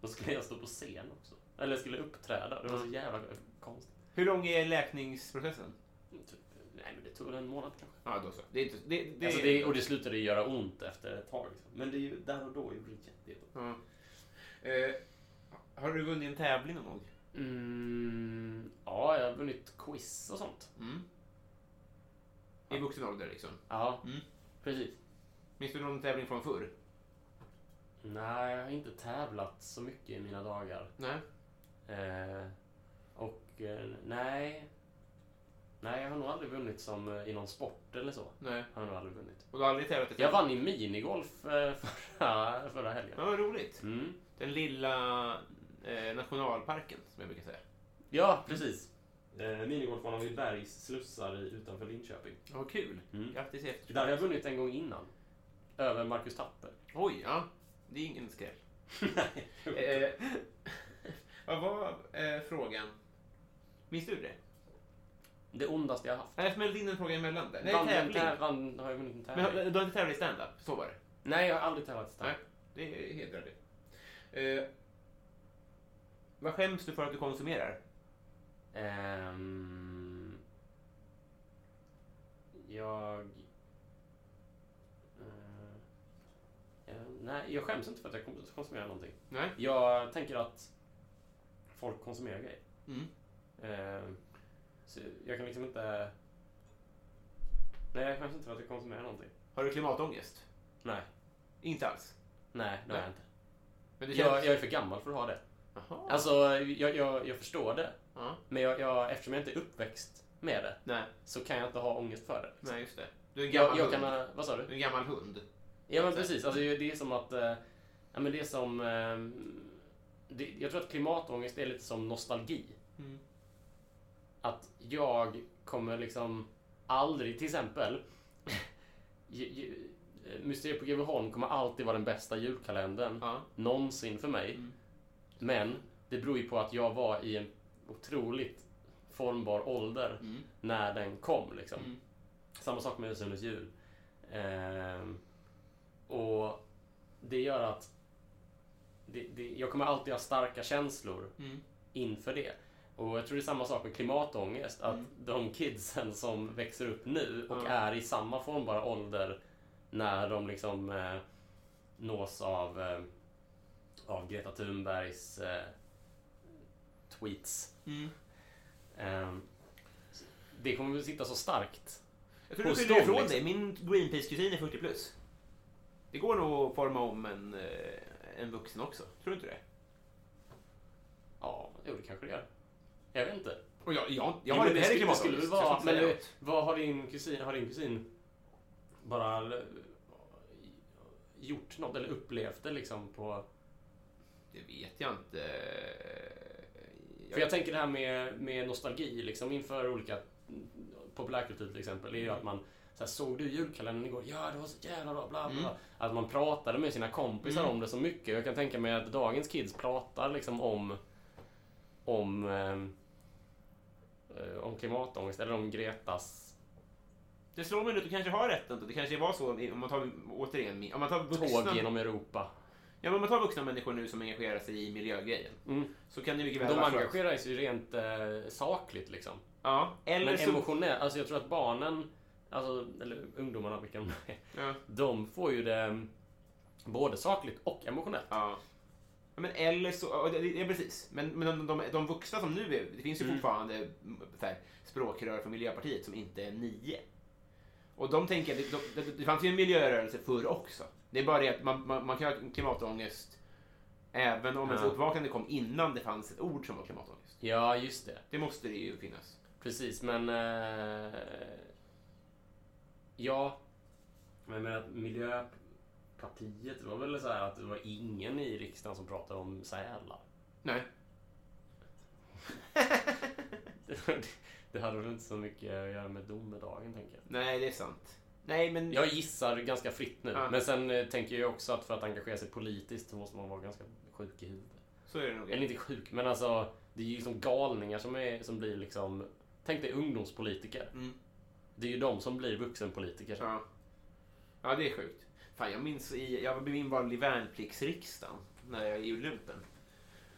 Speaker 2: Då skulle jag stå på scen också. Eller jag skulle uppträda. Det var så jävla konstigt.
Speaker 1: Hur lång är läkningsprocessen?
Speaker 2: Typ, nej, men det tog väl en månad kanske.
Speaker 1: Ja, då så. Det är inte... Det, det,
Speaker 2: alltså det, och det slutade göra ont efter ett tag. Liksom. Men det är ju, där och då gjorde det jätteont.
Speaker 1: Ja. Eh, har du vunnit en tävling någon gång?
Speaker 2: Mm, ja, jag har vunnit quiz och sånt.
Speaker 1: Mm. I vuxen ålder, liksom.
Speaker 2: Ja,
Speaker 1: Mm.
Speaker 2: precis.
Speaker 1: Minns du någon tävling från förr?
Speaker 2: Nej, jag har inte tävlat så mycket i mina dagar.
Speaker 1: Nej.
Speaker 2: Eh, och eh, nej. Nej, jag har nog aldrig vunnit som eh, i någon sport eller så.
Speaker 1: Nej.
Speaker 2: Har jag nog aldrig vunnit.
Speaker 1: Och du har aldrig tävlat i
Speaker 2: Jag vann i minigolf eh, förra, förra helgen.
Speaker 1: Ja, vad roligt.
Speaker 2: Mm.
Speaker 1: Den lilla eh, nationalparken, som jag brukar säga.
Speaker 2: Ja, precis. Eh, minigolf var vid Bergs slussar i- utanför Linköping.
Speaker 1: Ja, vad kul.
Speaker 2: Mm.
Speaker 1: Grattis i efterskott.
Speaker 2: Där har jag vunnit en gång innan. Över Marcus Tapper.
Speaker 1: Oj, ja. Det är ingen skräll.
Speaker 2: nej.
Speaker 1: Eh, vad var eh, frågan? Minns du det?
Speaker 2: Det ondaste jag haft.
Speaker 1: Nej, Jag smällde in en fråga emellan där.
Speaker 2: Vann
Speaker 1: Nej,
Speaker 2: en
Speaker 1: tävling.
Speaker 2: tä- vann, har jag vunnit en
Speaker 1: Men
Speaker 2: tävling?
Speaker 1: har- du har inte tävlat i stand-up? Så var det.
Speaker 2: Nej, jag har aldrig tävlat i stand.
Speaker 1: Nej, det hedrar dig. Eh, vad skäms du för att du konsumerar?
Speaker 2: Ehm, jag... Eh, eh, nej, jag skäms inte för att jag kom- konsumerar någonting.
Speaker 1: Nej.
Speaker 2: Jag tänker att folk konsumerar grejer.
Speaker 1: Mm.
Speaker 2: Ehm, så jag kan liksom inte... Nej, jag skäms inte för att jag konsumerar någonting.
Speaker 1: Har du klimatångest?
Speaker 2: Nej,
Speaker 1: Inte alls.
Speaker 2: nej, det har jag inte.
Speaker 1: Men det
Speaker 2: Jag,
Speaker 1: känns...
Speaker 2: jag är för gammal för att ha det.
Speaker 1: Jaha.
Speaker 2: Alltså, jag, jag, jag förstår det.
Speaker 1: Ja.
Speaker 2: Men jag, jag, eftersom jag inte är uppväxt med det
Speaker 1: Nej,
Speaker 2: så kan jag inte ha ångest för det.
Speaker 1: nej, just det. Du är en gammal
Speaker 2: Jag, jag
Speaker 1: hund.
Speaker 2: kan, ha- vad sa
Speaker 1: Du är
Speaker 2: du?
Speaker 1: en gammal hund.
Speaker 2: Ja men precis, alltså, det är som att... eh, Ja, men det är som... eh, Det, jag tror att klimatångest är lite som nostalgi.
Speaker 1: Mm.
Speaker 2: Att jag kommer liksom aldrig, till exempel... ju- ju- eh, Museet på Greveholm kommer alltid vara den bästa julkalendern
Speaker 1: Ja. Mm.
Speaker 2: någonsin för mig. Men det beror ju på att jag var i en otroligt formbar ålder
Speaker 1: Mm.
Speaker 2: när den kom. Liksom. Samma sak med Sunnes jul. Ehm, och det gör att det, det, jag kommer alltid ha starka känslor inför det. Och jag tror det är samma sak med klimatångest. Att de kidsen som växer upp nu och är i samma formbara ålder när de liksom eh, nås av, eh, av Greta Thunbergs eh, tweets. Ehm, det kommer väl sitta så starkt.
Speaker 1: Jag tror du
Speaker 2: Hos
Speaker 1: skyller
Speaker 2: dem,
Speaker 1: ifrån
Speaker 2: liksom.
Speaker 1: dig. Min Greenpeace-kusin är 40 plus. Det går nog att forma om en, eh, en vuxen också. Tror du inte det?
Speaker 2: Ja, jo, det kanske det gör. Jag vet inte.
Speaker 1: Och jag, jag, jag
Speaker 2: Jo,
Speaker 1: har
Speaker 2: men
Speaker 1: inte heller
Speaker 2: skulle- skulle
Speaker 1: klimatångest.
Speaker 2: väl
Speaker 1: så jag
Speaker 2: vara,
Speaker 1: ska inte
Speaker 2: men
Speaker 1: säga
Speaker 2: eh,
Speaker 1: något.
Speaker 2: vad har din kusin, har din kusin bara l- gjort något eller upplevt det liksom på...
Speaker 1: Det vet jag inte.
Speaker 2: För jag tänker det här med, med nostalgi liksom inför olika mm, populärkultur till exempel. Det är ju att man, så här, såg du julkalendern igår? Ja, det var så jävla bra. Bla, bla.
Speaker 1: Mm.
Speaker 2: Att man pratade med sina kompisar om det så mycket. Jag kan tänka mig att dagens kids pratar liksom om om, eh, eh, om klimatångest eller om Gretas
Speaker 1: Det slår mig nu att du kanske har rätt. Anton. Det kanske var så om man tar, återigen, om man tar vuxna,
Speaker 2: tåg genom Europa.
Speaker 1: ja, men om man tar vuxna människor nu som engagerar sig i miljögrejen. Så kan det mycket väl
Speaker 2: Mm. De
Speaker 1: vara så att-
Speaker 2: engagerar sig ju rent eh, sakligt liksom.
Speaker 1: Ja, eller
Speaker 2: Men
Speaker 1: så...
Speaker 2: emotionellt, alltså jag tror att barnen, alltså, eller ungdomarna, vilka de är,
Speaker 1: Ja.
Speaker 2: de får ju det både sakligt och emotionellt.
Speaker 1: Ja. Ja, Men eller så, ja, det- det- ja, precis. Men, men de, de, de vuxna som nu är, det finns ju fortfarande mm, så här, språkrör för Miljöpartiet som inte är nio. Och de tänker, att det, de, det, det fanns ju en miljörörelse förr också. Det är bara det att man, man, man kan ha klimatångest även om ens
Speaker 2: Ja.
Speaker 1: uppvaknande kom innan det fanns ett ord som var klimatångest.
Speaker 2: Ja, just det.
Speaker 1: Det måste det ju finnas.
Speaker 2: Precis, men... Eh, ja. Men jag menar att Miljöpartiet, det var väl så här att det var ingen i riksdagen som pratade om sälar.
Speaker 1: Nej.
Speaker 2: Det, det hade väl inte så mycket att göra med domedagen, tänker jag.
Speaker 1: Nej, det är sant. Nej, men...
Speaker 2: Jag gissar ganska fritt nu.
Speaker 1: Ja.
Speaker 2: Men sen eh, tänker jag också att för att engagera sig politiskt så måste man vara ganska sjuk i huvudet.
Speaker 1: Så är det nog.
Speaker 2: Eller inte sjuk, men alltså det är ju liksom galningar som, är, som blir liksom... Tänk dig ungdomspolitiker.
Speaker 1: Mm.
Speaker 2: Det är ju de som blir vuxenpolitiker.
Speaker 1: Ja. ja, det är sjukt. Fan, jag minns i, jag blev invald i värnpliktsriksdagen när jag i Olympen.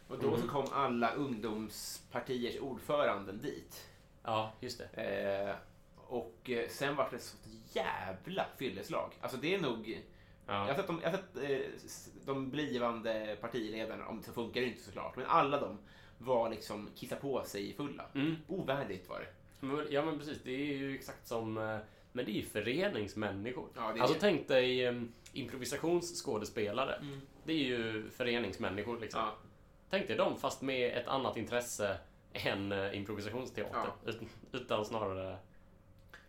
Speaker 1: Och då så kom alla ungdomspartiers ordföranden dit.
Speaker 2: Ja, just det.
Speaker 1: Eh, och eh, sen var det så jävla fylleslag. Alltså det är nog... Jag har
Speaker 2: Ja.
Speaker 1: sett, de, jag har sett eh, s- de blivande partiledarna, om så funkar det inte såklart, men alla de var liksom kissa på sig fulla.
Speaker 2: Mm.
Speaker 1: Ovärdigt var det.
Speaker 2: Men- ja, men precis. Det är ju exakt som... eh, Men det är ju föreningsmänniskor.
Speaker 1: Ja, det är
Speaker 2: alltså
Speaker 1: det.
Speaker 2: tänk dig eh, improvisationsskådespelare. Det är ju föreningsmänniskor liksom.
Speaker 1: Ja.
Speaker 2: Tänk dig dem fast med ett annat intresse än eh, improvisationsteater. Ut, utan snarare...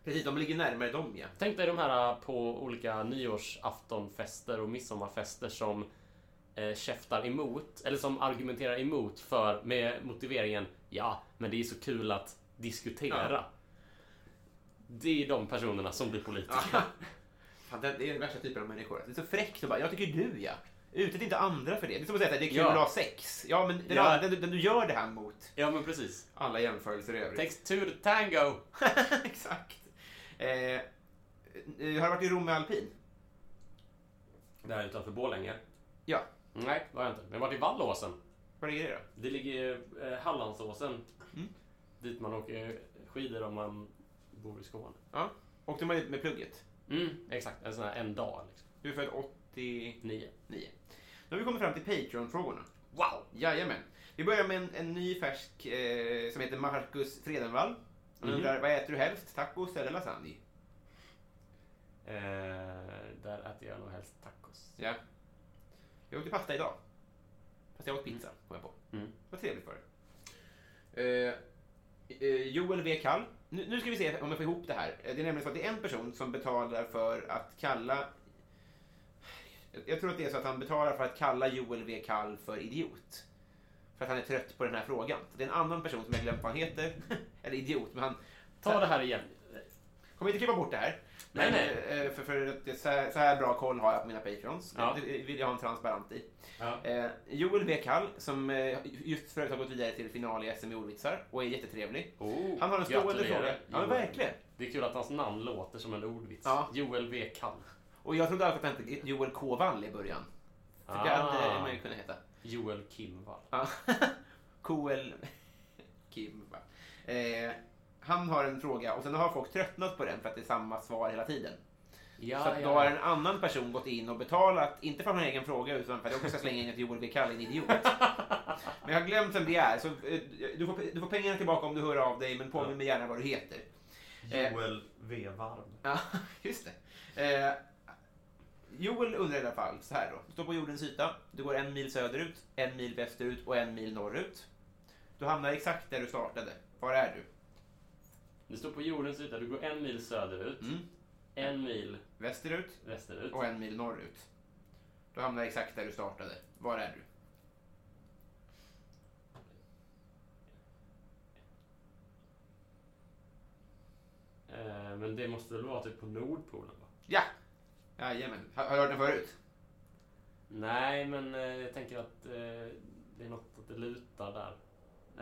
Speaker 1: Precis, de ligger närmare dem ja.
Speaker 2: Tänk dig de här eh, på olika nyårsaftonfester och midsommarfester som eh, käftar emot, eller som argumenterar emot för med motiveringen Ja, men det är så kul att diskutera.
Speaker 1: Ja.
Speaker 2: Det är de personerna som blir politiker.
Speaker 1: Fan, det, det är den värsta typen av människor. Det är så fräckt och bara, jag tycker du ja. Utsätt inte andra för det. Det är som att säga att det är kul
Speaker 2: Ja.
Speaker 1: att ha sex. Ja, men den,
Speaker 2: Ja.
Speaker 1: andra- den, den du gör det här mot.
Speaker 2: Ja, men precis.
Speaker 1: Alla jämförelser i övrigt.
Speaker 2: Textur tango!
Speaker 1: Exakt. Eh, eh, har du varit i Rom med alpin?
Speaker 2: Det här utanför Borlänge.
Speaker 1: Ja.
Speaker 2: Nej, det har jag inte. Men jag har varit i Vallåsen.
Speaker 1: Vad är det då?
Speaker 2: Det ligger ju eh, Hallandsåsen. Dit man åker skidor om man bor i Skåne.
Speaker 1: Ja. Åkte man dit med plugget?
Speaker 2: Mm, exakt. En sån här en dag liksom.
Speaker 1: Du är född 89.
Speaker 2: Nio.
Speaker 1: Nu har vi kommit fram till Patreon-frågorna.
Speaker 2: Wow!
Speaker 1: Jajamän. Vi börjar med en, en ny färsk eh, som heter Marcus Fredenvall. Han undrar, vad äter du helst? Tacos eller lasagne?
Speaker 2: Eh, där äter jag nog helst tacos.
Speaker 1: Ja. Jag åkte pasta idag. Fast jag åt pizza, kom jag på.
Speaker 2: Mm.
Speaker 1: Vad trevligt för det. Eh, Joel V. Kall. Nu, nu ska vi se om jag får ihop det här. Eh, Det är nämligen så att det är en person som betalar för att kalla... Jag- Jag tror att det är så att han betalar för att kalla Joel V. Kall för idiot. För att han är trött på den här frågan. Så det är en annan person som jag glömt vad han heter. Eller idiot, men han...
Speaker 2: Ta det här igen.
Speaker 1: Kommer inte klippa bort det här.
Speaker 2: Nej,
Speaker 1: Men, eh, För, för att det, så, här, så här bra koll har jag på mina patrons.
Speaker 2: Ja.
Speaker 1: Det, det vill jag ha en transparent i.
Speaker 2: Ja.
Speaker 1: Eh, Joel W. Kall, som eh, just för övrigt har gått vidare till final i SM i ordvitsar och är jättetrevlig.
Speaker 2: Oh,
Speaker 1: han har en stående
Speaker 2: gratulerar,
Speaker 1: fråga. Ja, men
Speaker 2: Joel.
Speaker 1: verkligen.
Speaker 2: Det är kul att hans namn låter som en ordvits.
Speaker 1: Ja.
Speaker 2: Joel V. Kall.
Speaker 1: Och jag trodde alltid att han hette Joel K. Wall i början. För Det hade eh, man ju kunnat heta.
Speaker 2: Ah. Joel Kimvall.
Speaker 1: Ja. KL Kim. va? Eh, han har en fråga och sen har folk tröttnat på den för att det är samma svar hela tiden.
Speaker 2: Ja,
Speaker 1: Så att då har en annan person gått in och betalat, inte för att ha en egen fråga utan för att jag också ska slänga in att Joel blir kall en idiot. Men jag har glömt vem det är, så eh, du får, du får pengarna tillbaka om du hör av dig men påminn mig gärna vad du heter. Eh,
Speaker 2: Joel V. Varm.
Speaker 1: ja, just det. Eh, Joel undrar i alla fall så här då. Du står på jordens yta, du går en mil söderut, en mil västerut och en mil norrut. Du hamnar exakt där du startade. Var är du?
Speaker 2: Du står på jordens yta. Du går en mil söderut,
Speaker 1: Mm.
Speaker 2: en mil
Speaker 1: Västerut
Speaker 2: västerut.
Speaker 1: och en mil norrut. Du hamnar exakt där du startade. Var är du?
Speaker 2: Eh, men men det måste väl vara typ på Nordpolen? Va?
Speaker 1: Ja! Jajamän. Har, har du hört den förut?
Speaker 2: Nej, men eh, jag tänker att eh, det är något att det lutar där.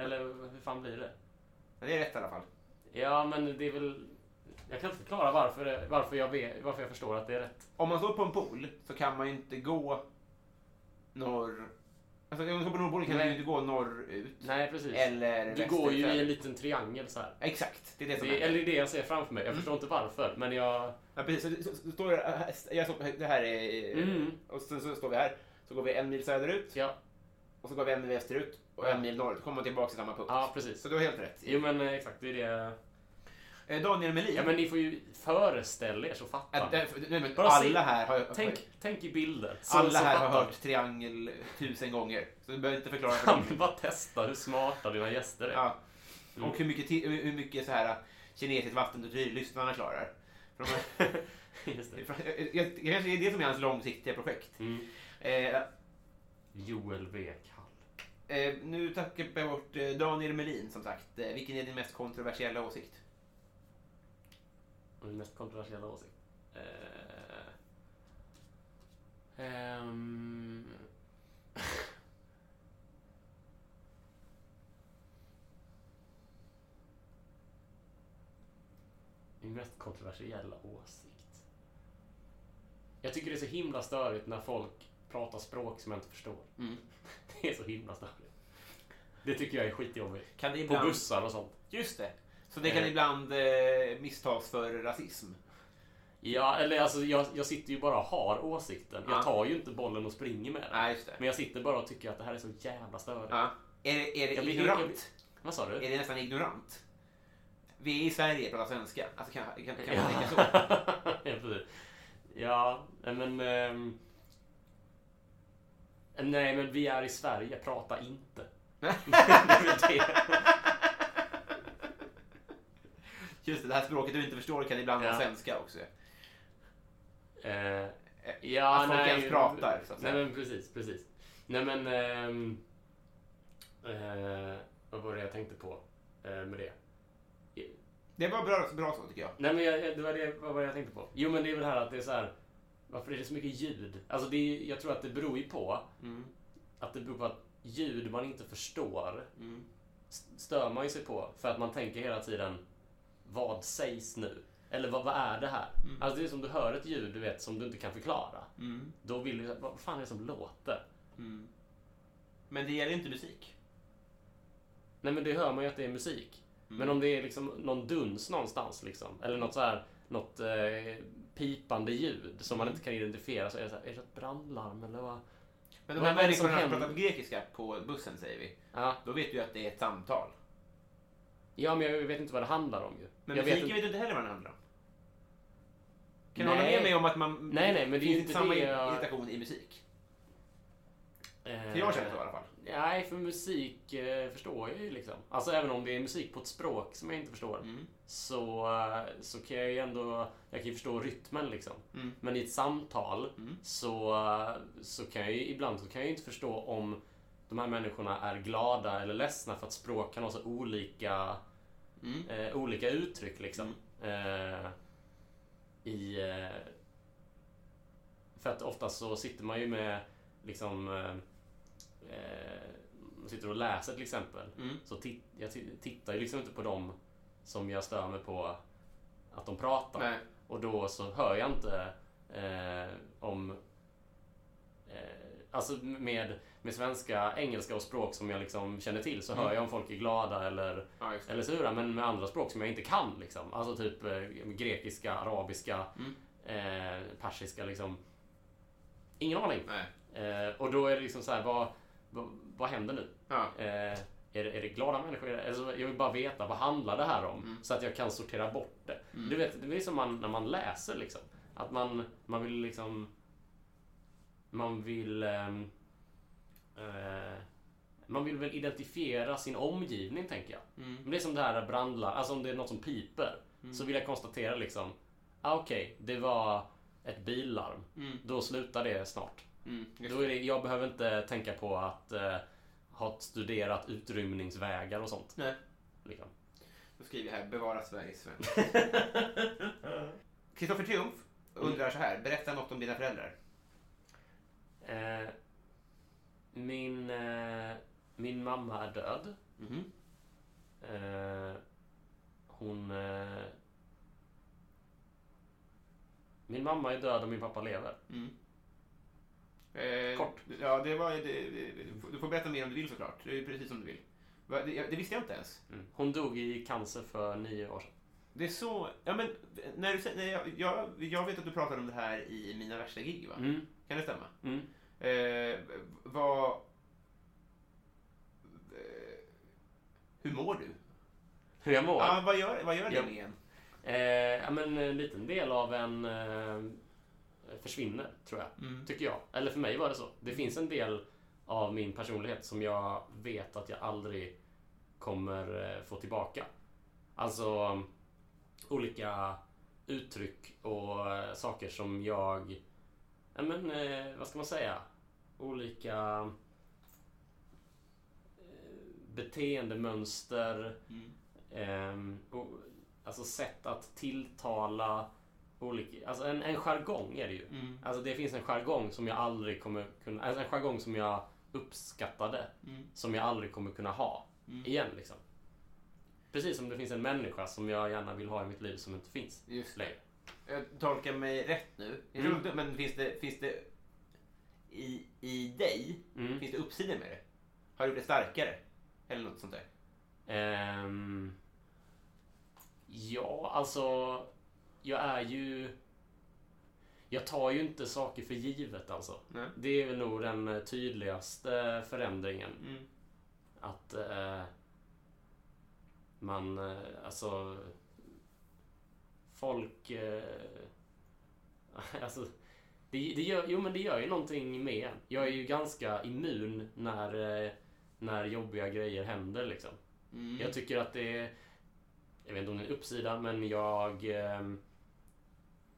Speaker 2: Eller hur fan blir det?
Speaker 1: Men det är rätt i alla fall.
Speaker 2: Ja, men det är väl... Jag kan inte förklara varför, det- varför, jag, vet, varför jag förstår att det är rätt.
Speaker 1: Om man står på en pool så kan man ju inte gå norr... Alltså om man står på Nordpolen kan man ju
Speaker 2: Nej.
Speaker 1: inte gå norrut.
Speaker 2: Nej, precis.
Speaker 1: Eller
Speaker 2: du går ju i en
Speaker 1: västerut.
Speaker 2: liten triangel så här.
Speaker 1: Exakt, det är det som Mm.
Speaker 2: Det,
Speaker 1: är.
Speaker 2: eller det jag ser framför mig. Jag förstår inte varför, men jag...
Speaker 1: Ja, precis. Så, så, så står det, här- jag står, det här är...
Speaker 2: Mm.
Speaker 1: Och sen så står vi här. Så går vi en mil söderut
Speaker 2: Ja,
Speaker 1: och så går vi en mil västerut och en mil norrut. Så kommer man tillbaka till samma punkt.
Speaker 2: ja precis.
Speaker 1: Så du har helt rätt.
Speaker 2: Jo, men eh, exakt. Det är det...
Speaker 1: Eh, Daniel Melin.
Speaker 2: Ja, men ni får ju föreställa er så fattar
Speaker 1: Att,
Speaker 2: ni.
Speaker 1: eh, för- nej, men
Speaker 2: Bara se-
Speaker 1: alla här har,
Speaker 2: Tänk, tänk i bilder. Så,
Speaker 1: alla
Speaker 2: så
Speaker 1: här har
Speaker 2: fattar
Speaker 1: hört triangel tusen gånger. Så du behöver inte förklara
Speaker 2: ni.
Speaker 1: för
Speaker 2: Kan
Speaker 1: dem.
Speaker 2: vi bara testa hur smarta dina gäster är?
Speaker 1: Ja.
Speaker 2: Mm.
Speaker 1: Och hur mycket, ti- hur hur mycket så här äh, kinesiskt vattentortyr lyssnarna klarar. För de har-
Speaker 2: Just det.
Speaker 1: för- jag- jag- det kanske är det som är hans långsiktiga projekt.
Speaker 2: Mm.
Speaker 1: Eh,
Speaker 2: Joel W. Kall.
Speaker 1: eh, nu tackar jag bort eh, Daniel Melin som sagt. Eh, vilken är din mest kontroversiella åsikt?
Speaker 2: Min mest kontroversiella åsikt. Eh, ehm. Min mest kontroversiella åsikt. Jag tycker det är så himla störigt när folk pratar språk som jag inte förstår. Det är så himla störigt. Det tycker jag är skitjobbigt.
Speaker 1: Kan det
Speaker 2: På
Speaker 1: ibland...
Speaker 2: bussar och sånt.
Speaker 1: Just det. Så det kan
Speaker 2: Eh.
Speaker 1: ibland eh, misstas för rasism.
Speaker 2: Ja, eller alltså jag, jag sitter ju bara och har åsikten.
Speaker 1: Ja.
Speaker 2: Jag tar ju inte bollen och springer med den.
Speaker 1: Nej, just det.
Speaker 2: Men jag sitter bara och tycker att det här är så jävla störigt.
Speaker 1: Ja. Är, det- är det
Speaker 2: Jag blir-
Speaker 1: ignorant?
Speaker 2: jag blir- Vad sa du?
Speaker 1: Är det nästan ignorant? Vi är i Sverige, pratar svenska. Alltså kan, kan, kan man tänka så?
Speaker 2: Ja. Ja, precis. ja, men... ehm, Nej, men vi är i Sverige. Prata inte. Det är väl det.
Speaker 1: Just det, det här språket du inte förstår kan ibland
Speaker 2: Ja.
Speaker 1: vara svenska också.
Speaker 2: Eh,
Speaker 1: Ja, att folk
Speaker 2: nej,
Speaker 1: ens pratar. Så att
Speaker 2: Nej
Speaker 1: säga.
Speaker 2: men precis, precis. Nej men... ehm, eh, vad var det jag tänkte på eh, med det?
Speaker 1: Det var bra, bra så tycker jag.
Speaker 2: Nej men jag, jag- det var det vad var det jag tänkte på. Jo men det är väl här att det är så här. Varför är det så mycket ljud? Alltså det är, jag tror att det beror ju på att det beror på att ljud man inte förstår s- stör man ju sig på för att man tänker hela tiden vad sägs nu? Eller vad, vad är det här? Alltså det är som du hör ett ljud du vet som du inte kan förklara.
Speaker 1: Mm,
Speaker 2: Då vill du, vad fan är det som låter?
Speaker 1: Men det gäller ju inte musik.
Speaker 2: Nej men det hör man ju att det är musik. Men
Speaker 1: Mm.
Speaker 2: om det är liksom någon duns någonstans liksom. Eller något så här, något eh, pipande ljud som
Speaker 1: Mm.
Speaker 2: man inte kan identifiera. Så är det så här, är det ett brandlarm eller vad?
Speaker 1: Men de
Speaker 2: Vad
Speaker 1: här
Speaker 2: var det som
Speaker 1: människorna som
Speaker 2: hände?
Speaker 1: pratar grekiska på bussen, säger vi.
Speaker 2: Ja.
Speaker 1: Då vet du ju att det är ett samtal.
Speaker 2: ja, men jag vet inte vad det handlar om ju.
Speaker 1: Men
Speaker 2: jag
Speaker 1: musiken vet, du inte heller vad den handlar om. Kan du
Speaker 2: Nej.
Speaker 1: hålla med mig om att man...
Speaker 2: Nej, nej, men det är
Speaker 1: finns
Speaker 2: ju
Speaker 1: inte
Speaker 2: inte
Speaker 1: samma
Speaker 2: det jag-
Speaker 1: irritation i musik?
Speaker 2: Eh,
Speaker 1: För jag känner så i alla fall.
Speaker 2: Nej, för musik eh, förstår jag ju liksom. Alltså även om det är musik på ett språk som jag inte förstår.
Speaker 1: Mm.
Speaker 2: Så, eh, så kan jag ju ändå, jag kan ju förstå rytmen liksom.
Speaker 1: Mm.
Speaker 2: Men i ett samtal så, eh, så kan jag ju ibland så kan jag ju inte förstå om de här människorna är glada eller ledsna för att språk kan ha så olika, eh, olika uttryck liksom. Eh, I... Eh, för att oftast så sitter man ju med liksom eh, eh, man sitter och läser till exempel. Så tit- jag ti- tittar ju liksom inte på dem som jag stör mig på att de pratar.
Speaker 1: Nej.
Speaker 2: Och då så hör jag inte eh, om eh, Alltså med, med svenska, engelska och språk som jag liksom känner till så hör jag om folk är glada eller,
Speaker 1: Mm. Ja, just det.
Speaker 2: eller sura. Men med andra språk som jag inte kan liksom. Alltså typ eh, grekiska, arabiska,
Speaker 1: Mm.
Speaker 2: eh, persiska liksom. Ingen aning.
Speaker 1: Nej.
Speaker 2: Eh, och då är det liksom så här, vad, vad, vad händer nu?
Speaker 1: Ja.
Speaker 2: Eh, är, det, är det glada människor? Är det- Alltså, jag vill bara veta, vad handlar det här om? Så att jag kan sortera bort det. Du vet, det är som man, när man läser liksom. Att man, man vill liksom... Man vill... ehm, eh, man vill väl identifiera sin omgivning, tänker jag. Men det är som det här brandlar, alltså om det är något som piper. Så vill jag konstatera liksom, ah, okej, det var ett billarm. Då slutar det snart. Då är det, jag behöver inte tänka på att eh, ha studerat utrymningsvägar och sånt.
Speaker 1: Nej.
Speaker 2: Liksom.
Speaker 1: Då skriver jag här, bevara Sveriges svenska. Kristoffer Triumf undrar så här. Berätta något om dina föräldrar.
Speaker 2: Eh, min, eh, min mamma är död.
Speaker 1: Mhm.
Speaker 2: Eh, hon... Eh, min mamma är död och min pappa lever.
Speaker 1: Mm-hmm. Eh,
Speaker 2: Kort.
Speaker 1: Ja, det var, det, det- du får berätta mer om du vill såklart. Det är precis som du vill. Va, Det, jag- det visste jag inte ens.
Speaker 2: Hon dog i cancer för nio år sedan.
Speaker 1: Det är så... Ja, men när du, sä- när jag, jag, jag vet att du pratade om det här i Mina värsta gig, va?
Speaker 2: Mm.
Speaker 1: Kan det stämma?
Speaker 2: Mm.
Speaker 1: Eh, vad... Eh, hur mår du?
Speaker 2: Hur jag mår?
Speaker 1: Ja, vad gör, vad gör
Speaker 2: Ja.
Speaker 1: det med en?
Speaker 2: Eh, ja, men en liten del av en eh, försvinner, tror jag. Tycker jag. Eller för mig var det så. Det finns en del av min personlighet som jag vet att jag aldrig kommer eh, få tillbaka. Alltså um, olika uttryck och eh, saker som jag... Ja, men, eh, vad ska man säga? Olika eh, beteendemönster.
Speaker 1: Mm.
Speaker 2: Ehm, och, alltså sätt att tilltala olika... Alltså en, en jargong är det ju.
Speaker 1: Mm.
Speaker 2: Alltså det finns en jargong som jag aldrig kommer kunna... Alltså en jargong som jag uppskattade.
Speaker 1: Mm.
Speaker 2: Som jag aldrig kommer kunna ha. Igen liksom. Precis som det finns en människa som jag gärna vill ha i mitt liv som inte finns
Speaker 1: Just det.
Speaker 2: längre.
Speaker 1: Jag tolkar mig rätt nu. Jag tror
Speaker 2: Mm.
Speaker 1: inte- Men finns det, finns det i, i dig,
Speaker 2: Mm.
Speaker 1: finns det uppsidor med det? Har du blivit starkare? Eller något sånt där.
Speaker 2: Ehm, ja, alltså... Jag är ju... Jag tar ju inte saker för givet alltså.
Speaker 1: Nej.
Speaker 2: Det är väl nog den eh, tydligaste förändringen.
Speaker 1: Mm.
Speaker 2: Att eh, man, eh, alltså... Folk... Eh, alltså, det, det gör, jo men det gör ju någonting med en. Jag är ju ganska immun när, eh, när jobbiga grejer händer liksom.
Speaker 1: Mm.
Speaker 2: Jag tycker att det är... Jag vet inte om det är en uppsida, men jag... ehm,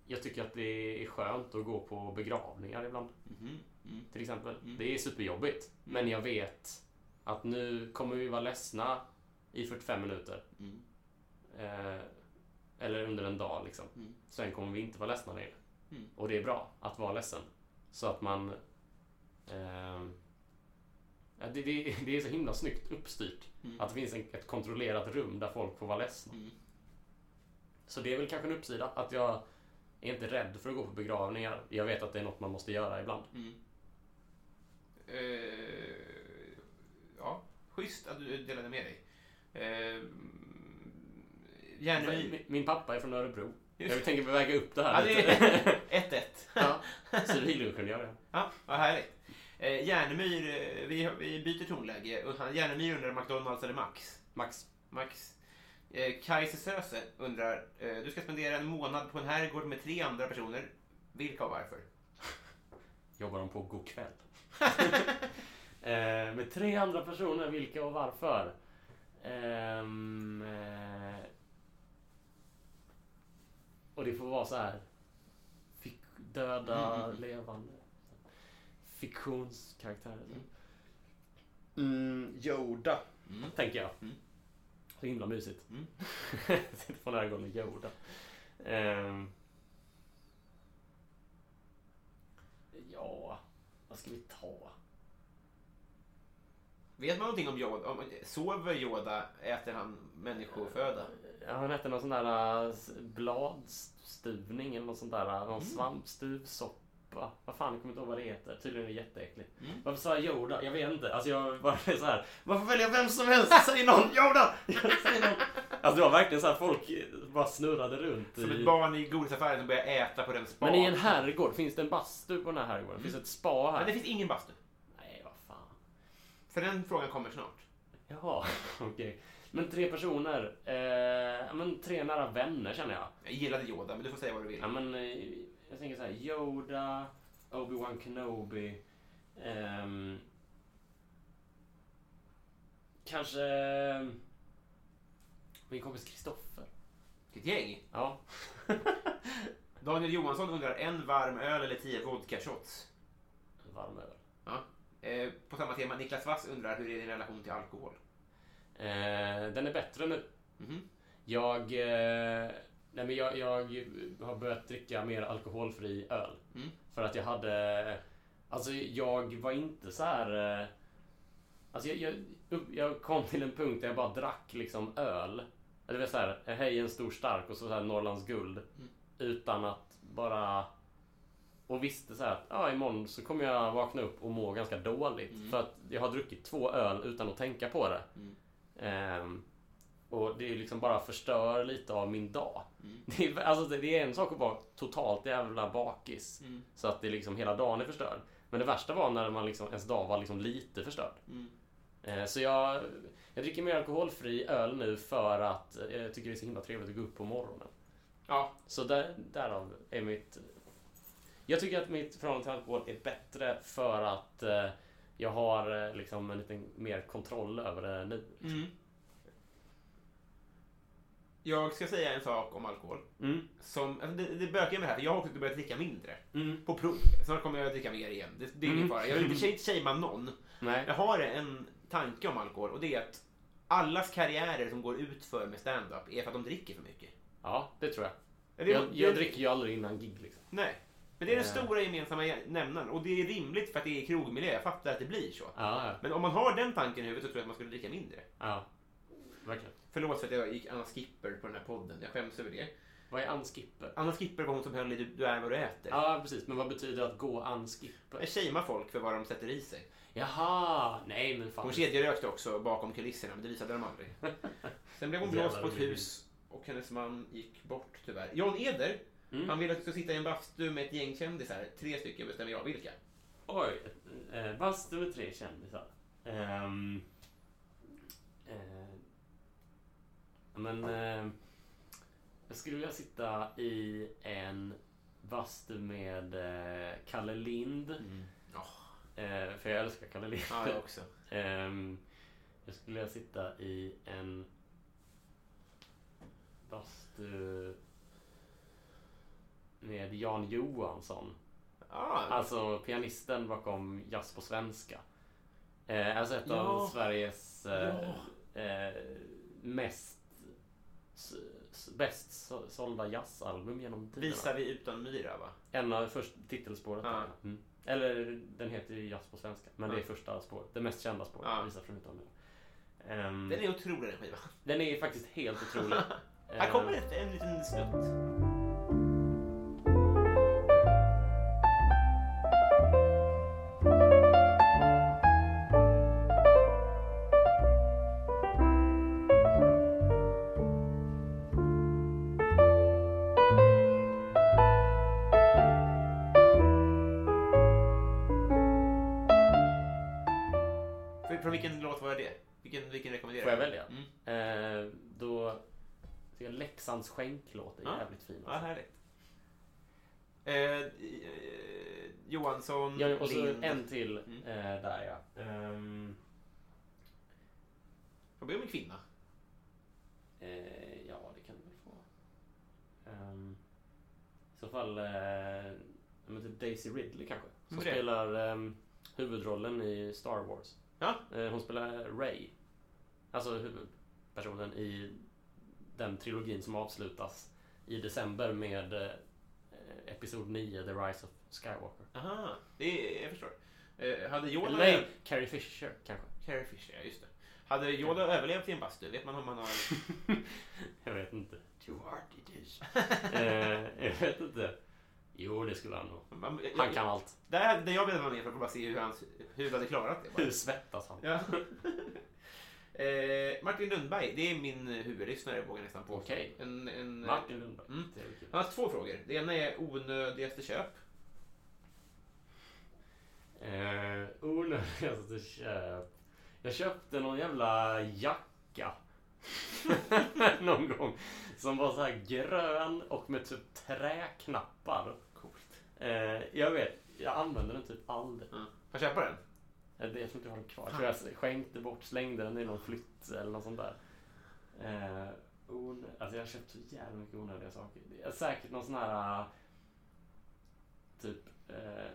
Speaker 2: Jag tycker att det är skönt att gå på begravningar ibland.
Speaker 1: Mm-hmm. Mm.
Speaker 2: Till exempel. Det är superjobbigt. Men jag vet att nu kommer vi vara ledsna i 45 minuter. Eh, eller under en dag liksom. Sen kommer vi inte vara ledsna längre. Och det är bra att vara ledsen. Så att man... ehm, ja, det, det, det är så himla snyggt uppstyrt. Att det finns en, ett kontrollerat rum där folk får vara ledsna. Så det är väl kanske en uppsida. Att jag är inte rädd för att gå på begravningar. Jag vet att det är något man måste göra ibland.
Speaker 1: Eh, ja, schysst att du delade med dig. Eh, Järnryd.
Speaker 2: Min, min pappa är från Örebro. Jag tänker väga upp det
Speaker 1: Ja,
Speaker 2: här
Speaker 1: det
Speaker 2: lite.
Speaker 1: är 1-1.
Speaker 2: ja, civilingenjör ja.
Speaker 1: Ja, vad härligt. Eh, Järnemyr, eh, vi, vi byter tonläge. Och han- Järnemyr undrar McDonalds eller Max?
Speaker 2: Max.
Speaker 1: Max. Eh, Kajse Söse undrar, eh, du ska spendera en månad på en herrgård med tre andra personer. Vilka och varför?
Speaker 2: Jobbar de på god kväll. eh, med tre andra personer, vilka och varför? Ehm, eh, och det får vara så här. Fik- döda, levande. Fiktionskaraktärer. Mm, Yoda, Mm, tänker jag. Så himla mysigt. Sitter på närgården med Yoda. Ehm, ja, vad ska vi ta?
Speaker 1: Vet man någonting om Yoda? Om, eh, sover Yoda? Äter han människoföda?
Speaker 2: Ja, han hette någon sån där äh, s- bladstuvning eller någon sån där, äh, någon
Speaker 1: Mm.
Speaker 2: svampstuvsoppa. Vad fan, jag kommer inte ihåg vad det heter. Tydligen är det jätteäckligt.
Speaker 1: Mm.
Speaker 2: Varför sa jag Yoda? Jag vet inte. Alltså jag bara är så här. Varför väljer jag vem som helst? Säg någon Yoda! Säg någon. Alltså det var verkligen så här folk eh, bara snurrade runt.
Speaker 1: Som ett
Speaker 2: i...
Speaker 1: barn i godisaffären som börjar äta på den spa.
Speaker 2: Men i en herrgård, finns det en bastu på den här herrgården? Finns det ett spa här?
Speaker 1: Men det finns ingen bastu.
Speaker 2: Nej, vad fan.
Speaker 1: För den frågan kommer snart.
Speaker 2: Jaha, okej. Men tre personer. Eh, ja, men tre nära vänner känner jag.
Speaker 1: Jag gillade Yoda, men du får säga vad du vill.
Speaker 2: Ja, men, eh, jag tänker så här, Yoda, Obi-Wan Kenobi. ehm, kanske eh, min kompis Kristoffer.
Speaker 1: Vilket gäng!
Speaker 2: Ja.
Speaker 1: Daniel Johansson undrar, en varm öl eller tio vodka shots?
Speaker 2: Varm öl.
Speaker 1: Ja. Eh, på samma tema, Niklas Wass undrar, hur är din relation till alkohol?
Speaker 2: Eh, den är bättre nu.
Speaker 1: Mhm.
Speaker 2: Jag eh, Nej men jag, jag har börjat dricka mer alkoholfri öl.
Speaker 1: Mm.
Speaker 2: För att jag hade... Alltså jag var inte så här... eh, Alltså jag, jag, upp- jag kom till en punkt där jag bara drack liksom öl. Eller det var så här, "Eh, hej en stor stark och så, så här Norrlands guld. Utan att bara... Och visste så här att ja, imorgon så kommer jag vakna upp och må ganska dåligt. För att jag har druckit två öl utan att tänka på det. Ehm, och det är liksom bara förstör lite av min dag. Det, är, alltså det, det är en sak att vara totalt jävla bakis. Så att det liksom hela dagen är förstörd. Men det värsta var när man liksom, ens dag var liksom lite förstörd. Eh, Så jag, jag dricker mer alkoholfri öl nu för att eh, jag tycker det är så himla trevligt att gå upp på morgonen.
Speaker 1: Ja,
Speaker 2: Så där, därav är mitt... Jag tycker att mitt förhållande till alkohol är bättre för att eh, jag har eh, liksom en lite mer kontroll över det nu.
Speaker 1: Mm. jag ska säga en sak om alkohol.
Speaker 2: Mm.
Speaker 1: Som, alltså det, det bökar med det här, för jag har också börjat dricka mindre.
Speaker 2: Mm.
Speaker 1: På prov. Snart kommer jag att dricka mer igen. Det, det är ingen
Speaker 2: Mm.
Speaker 1: fara. Jag vill inte shame- shamea någon.
Speaker 2: Nej.
Speaker 1: Jag har en tanke om alkohol och det är att allas karriärer som går ut för med stand-up är för att de dricker för mycket.
Speaker 2: Ja, det tror jag.
Speaker 1: Är det-
Speaker 2: Jag,
Speaker 1: det-
Speaker 2: jag dricker ju aldrig innan gig liksom.
Speaker 1: Nej. Men det är den
Speaker 2: Eh.
Speaker 1: stora gemensamma nämnaren och det är rimligt för att det är krogmiljö. Jag fattar att det blir så.
Speaker 2: Ja, ja.
Speaker 1: Men om man har den tanken i huvudet så tror jag att man skulle dricka mindre.
Speaker 2: ja. Verkligen.
Speaker 1: Förlåt för att jag gick Anna Skipper på den här podden. Jag skäms över det.
Speaker 2: Vad är anskipper?
Speaker 1: Anna Skipper var hon som höll i Du, du är vad du äter.
Speaker 2: Ja, precis. Men vad betyder att gå
Speaker 1: Jag
Speaker 2: anskipper?
Speaker 1: shamear folk för vad de sätter i sig.
Speaker 2: Jaha! Nej, men fan.
Speaker 1: Hon kedjerökte också bakom kulisserna, men det visade de aldrig. Sen blev hon blåst på ett hus och hennes man gick bort tyvärr. Jan Eder, han vill att du ska sitta i en bastu med ett gäng kändisar. Tre stycken bestämmer jag vilka.
Speaker 2: Oj, eh, bastu med tre kändisar. Ehm, eh, ja, men eh, jag skulle vilja sitta i en bastu med eh, Kalle Lind.
Speaker 1: Ja,
Speaker 2: Eh, för jag älskar Kalle Lind.
Speaker 1: Mm. ja, jag också.
Speaker 2: Ehm, jag skulle vilja sitta i en bastu med Jan Johansson.
Speaker 1: Ah,
Speaker 2: Alltså pianisten bakom Jazz på svenska. Eh, alltså ett
Speaker 1: Ja.
Speaker 2: av Sveriges eh, eh, mest s, s, bäst så- sålda jazzalbum genom tiderna.
Speaker 1: visar vi utan myra va?
Speaker 2: En av först titelspåret.
Speaker 1: Ja.
Speaker 2: Mm. Eller den heter ju Jazz på svenska. Men det är
Speaker 1: Ja.
Speaker 2: första spåret. Det mest kända spåret.
Speaker 1: Ja.
Speaker 2: Visar från utan myra. Ehm,
Speaker 1: Den är otrolig den skivan.
Speaker 2: den är faktiskt helt otrolig.
Speaker 1: Här
Speaker 2: Eh.
Speaker 1: kommer ett, en liten snutt. För- Från vilken låt var det? Vilken, vilken rekommenderar
Speaker 2: Ehm, Får jag
Speaker 1: du?
Speaker 2: välja?
Speaker 1: Mm.
Speaker 2: Eh, då tycker jag Leksands skänklåt är
Speaker 1: Ja.
Speaker 2: jävligt fin.
Speaker 1: Ja, härligt. Eh, eh, Johansson,
Speaker 2: Ja, och så
Speaker 1: Lind.
Speaker 2: en till
Speaker 1: Mm.
Speaker 2: eh, där ja. Ehm,
Speaker 1: Jag blir om en kvinna.
Speaker 2: eh, ja, det kan du väl få. Ehm, I så fall eh, ja, men typ Daisy Ridley kanske. Som
Speaker 1: Okej.
Speaker 2: spelar ehm, huvudrollen i Star Wars.
Speaker 1: Ja.
Speaker 2: Eh, hon spelar Ray. Alltså huvudpersonen i den trilogin som avslutas i december med eh, Episod 9, The Rise of Skywalker.
Speaker 1: Aha, det är, jag förstår. Eh, hade Yoda...
Speaker 2: Eller nej, Carrie Fisher kanske.
Speaker 1: Carrie Fisher, ja just det. Hade Yoda överlevt i en bastu? Vet man om man har...
Speaker 2: Jag vet inte. Too hard it is. eh, jag vet inte. Jo, det skulle han nog.
Speaker 1: Man,
Speaker 2: Han kan allt.
Speaker 1: Där, där jag ville vara med för att bara se hur hans huvud hade klarat det.
Speaker 2: Hur
Speaker 1: Bara.
Speaker 2: svettas han?
Speaker 1: Ja. eh, Martin Lundberg, det är min huvudlyssnare vågar jag nästan påstå.
Speaker 2: Okej.
Speaker 1: En, en,
Speaker 2: Martin Lundberg.
Speaker 1: Mm.
Speaker 2: Det är kul.
Speaker 1: Han har två frågor. Det ena är onödigaste köp.
Speaker 2: Eh, Onödigaste köp. Jag köpte någon jävla jacka. någon gång. Som var så här grön och med typ träknappar.
Speaker 1: Coolt.
Speaker 2: Eh, jag vet, jag använde den typ aldrig.
Speaker 1: Mm. Får jag köpa den?
Speaker 2: Eh, det- Jag tror inte jag har den kvar. Jag tror jag skänkte bort, slängde den i någon flytt eller något sånt där. Eh, onö- alltså jag har köpt så jävla mycket onödiga saker. Det är säkert någon sån här... eh, Typ... Eh,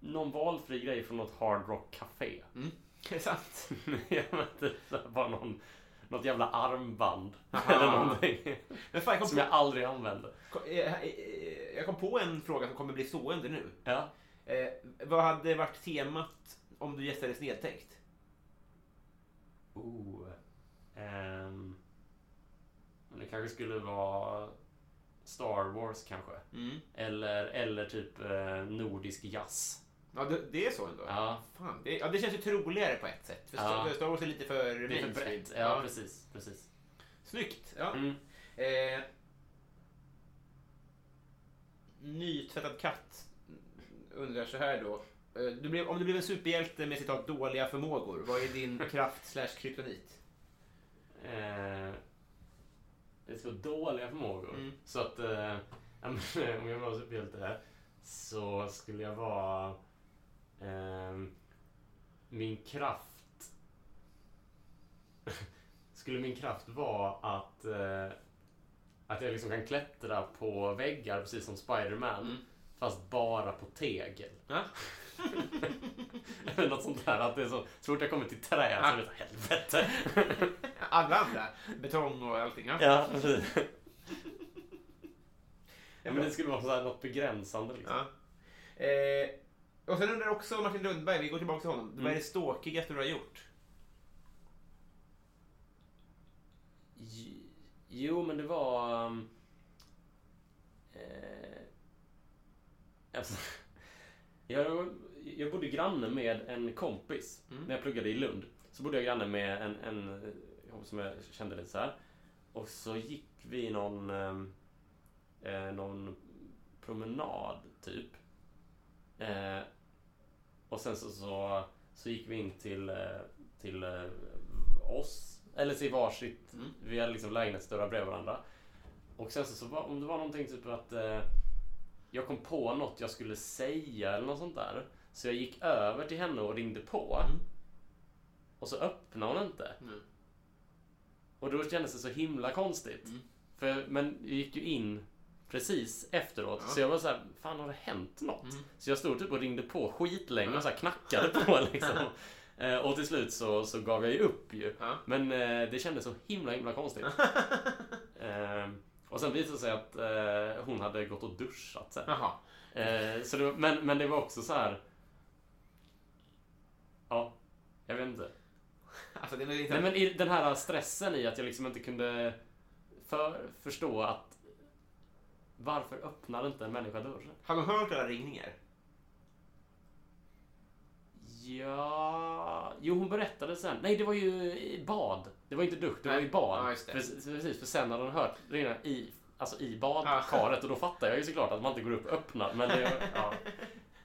Speaker 2: någon valfri grej från något Hard Rock Café.
Speaker 1: Mm. Är det sant?
Speaker 2: jag vet inte, så här bara någon, Något jävla armband. Eller någonting.
Speaker 1: Men fan, jag kom
Speaker 2: Som jag aldrig använde.
Speaker 1: Ko- eh, eh, Jag kom på en fråga som kommer bli stående nu.
Speaker 2: Ja.
Speaker 1: Eh, vad hade varit temat om du gästades nedtäckt?
Speaker 2: Oh. Ehm. Men det kanske skulle vara Star Wars kanske. Eller, eller typ eh, nordisk jazz.
Speaker 1: Ja, det, det är så ändå?
Speaker 2: Ja.
Speaker 1: Fan, det, ja, det känns ju troligare på ett sätt. För
Speaker 2: Ja.
Speaker 1: Star- Star Wars är lite för
Speaker 2: Det är för
Speaker 1: mainstream.
Speaker 2: brett. Ja, precis. precis.
Speaker 1: Snyggt! Ja.
Speaker 2: Mm.
Speaker 1: Eh, nytvättad katt undrar så här då. Eh, Du blev, om du blev en superhjälte med citat dåliga förmågor, vad är din kraft slash kryptonit?
Speaker 2: Eh, det är så dåliga förmågor. Så att eh, ja, men, om jag var superhjälte så skulle jag vara... ehm, min kraft... skulle min kraft vara att... Eh, att jag liksom kan klättra på väggar precis som Spiderman. Fast bara på tegel.
Speaker 1: Ja.
Speaker 2: Eller något sånt där. Att det är så, så fort jag kommer till trä så är det så helvete.
Speaker 1: Alla andra. Betong och allting. Ja.
Speaker 2: Ja, precis. Ja, men det skulle vara så här något begränsande liksom.
Speaker 1: Ja. Eh, och sen undrar också Martin Lundberg, vi går tillbaka till honom. Vad är det ståkigaste du har gjort?
Speaker 2: J- Jo, men det var... um, Eh, alltså, jag, jag bodde granne med en kompis när jag pluggade i Lund. Så bodde jag granne med en, en eh, kompis som jag kände lite så här. Och så gick vi någon, ehm, eh, någon promenad, typ. Eh, och sen så, så, så gick vi in till, eh, till eh, oss, eller till varsitt. Vi hade liksom lägenhetsdörrar bredvid varandra. Och sen så, så var, om det var någonting typ att eh, jag kom på något jag skulle säga eller något sånt där. Så jag gick över till henne och ringde på. Och så öppnade hon inte. Och då kändes det så himla konstigt. För, men jag gick ju in precis efteråt. Så jag var så här, fan har det hänt något? Så jag stod typ och ringde på skitlänge och så här knackade på liksom. Eh, Och till slut så, så gav jag ju upp ju.
Speaker 1: Ja.
Speaker 2: Men eh, det kändes så himla himla konstigt. Eh, och sen visade det sig att eh, hon hade gått och duschat sen.
Speaker 1: Jaha.
Speaker 2: Eh, så det var, men, men det var också så här. Ja, jag vet inte.
Speaker 1: Alltså, det är inte...
Speaker 2: Nej, men i den här stressen i att jag liksom inte kunde för, förstå att varför öppnar inte en människa dörren?
Speaker 1: Har de hört alla ringningar?
Speaker 2: Ja... Jo, hon berättade sen. Nej, det var ju i bad. Det var inte dusch, det var
Speaker 1: Nej.
Speaker 2: ju bad.
Speaker 1: Ja, just det.
Speaker 2: Precis, precis, för sen hade hon hört redan i, alltså i badkaret och då fattar jag ju såklart att man inte går upp och öppnar. Men det... Ja.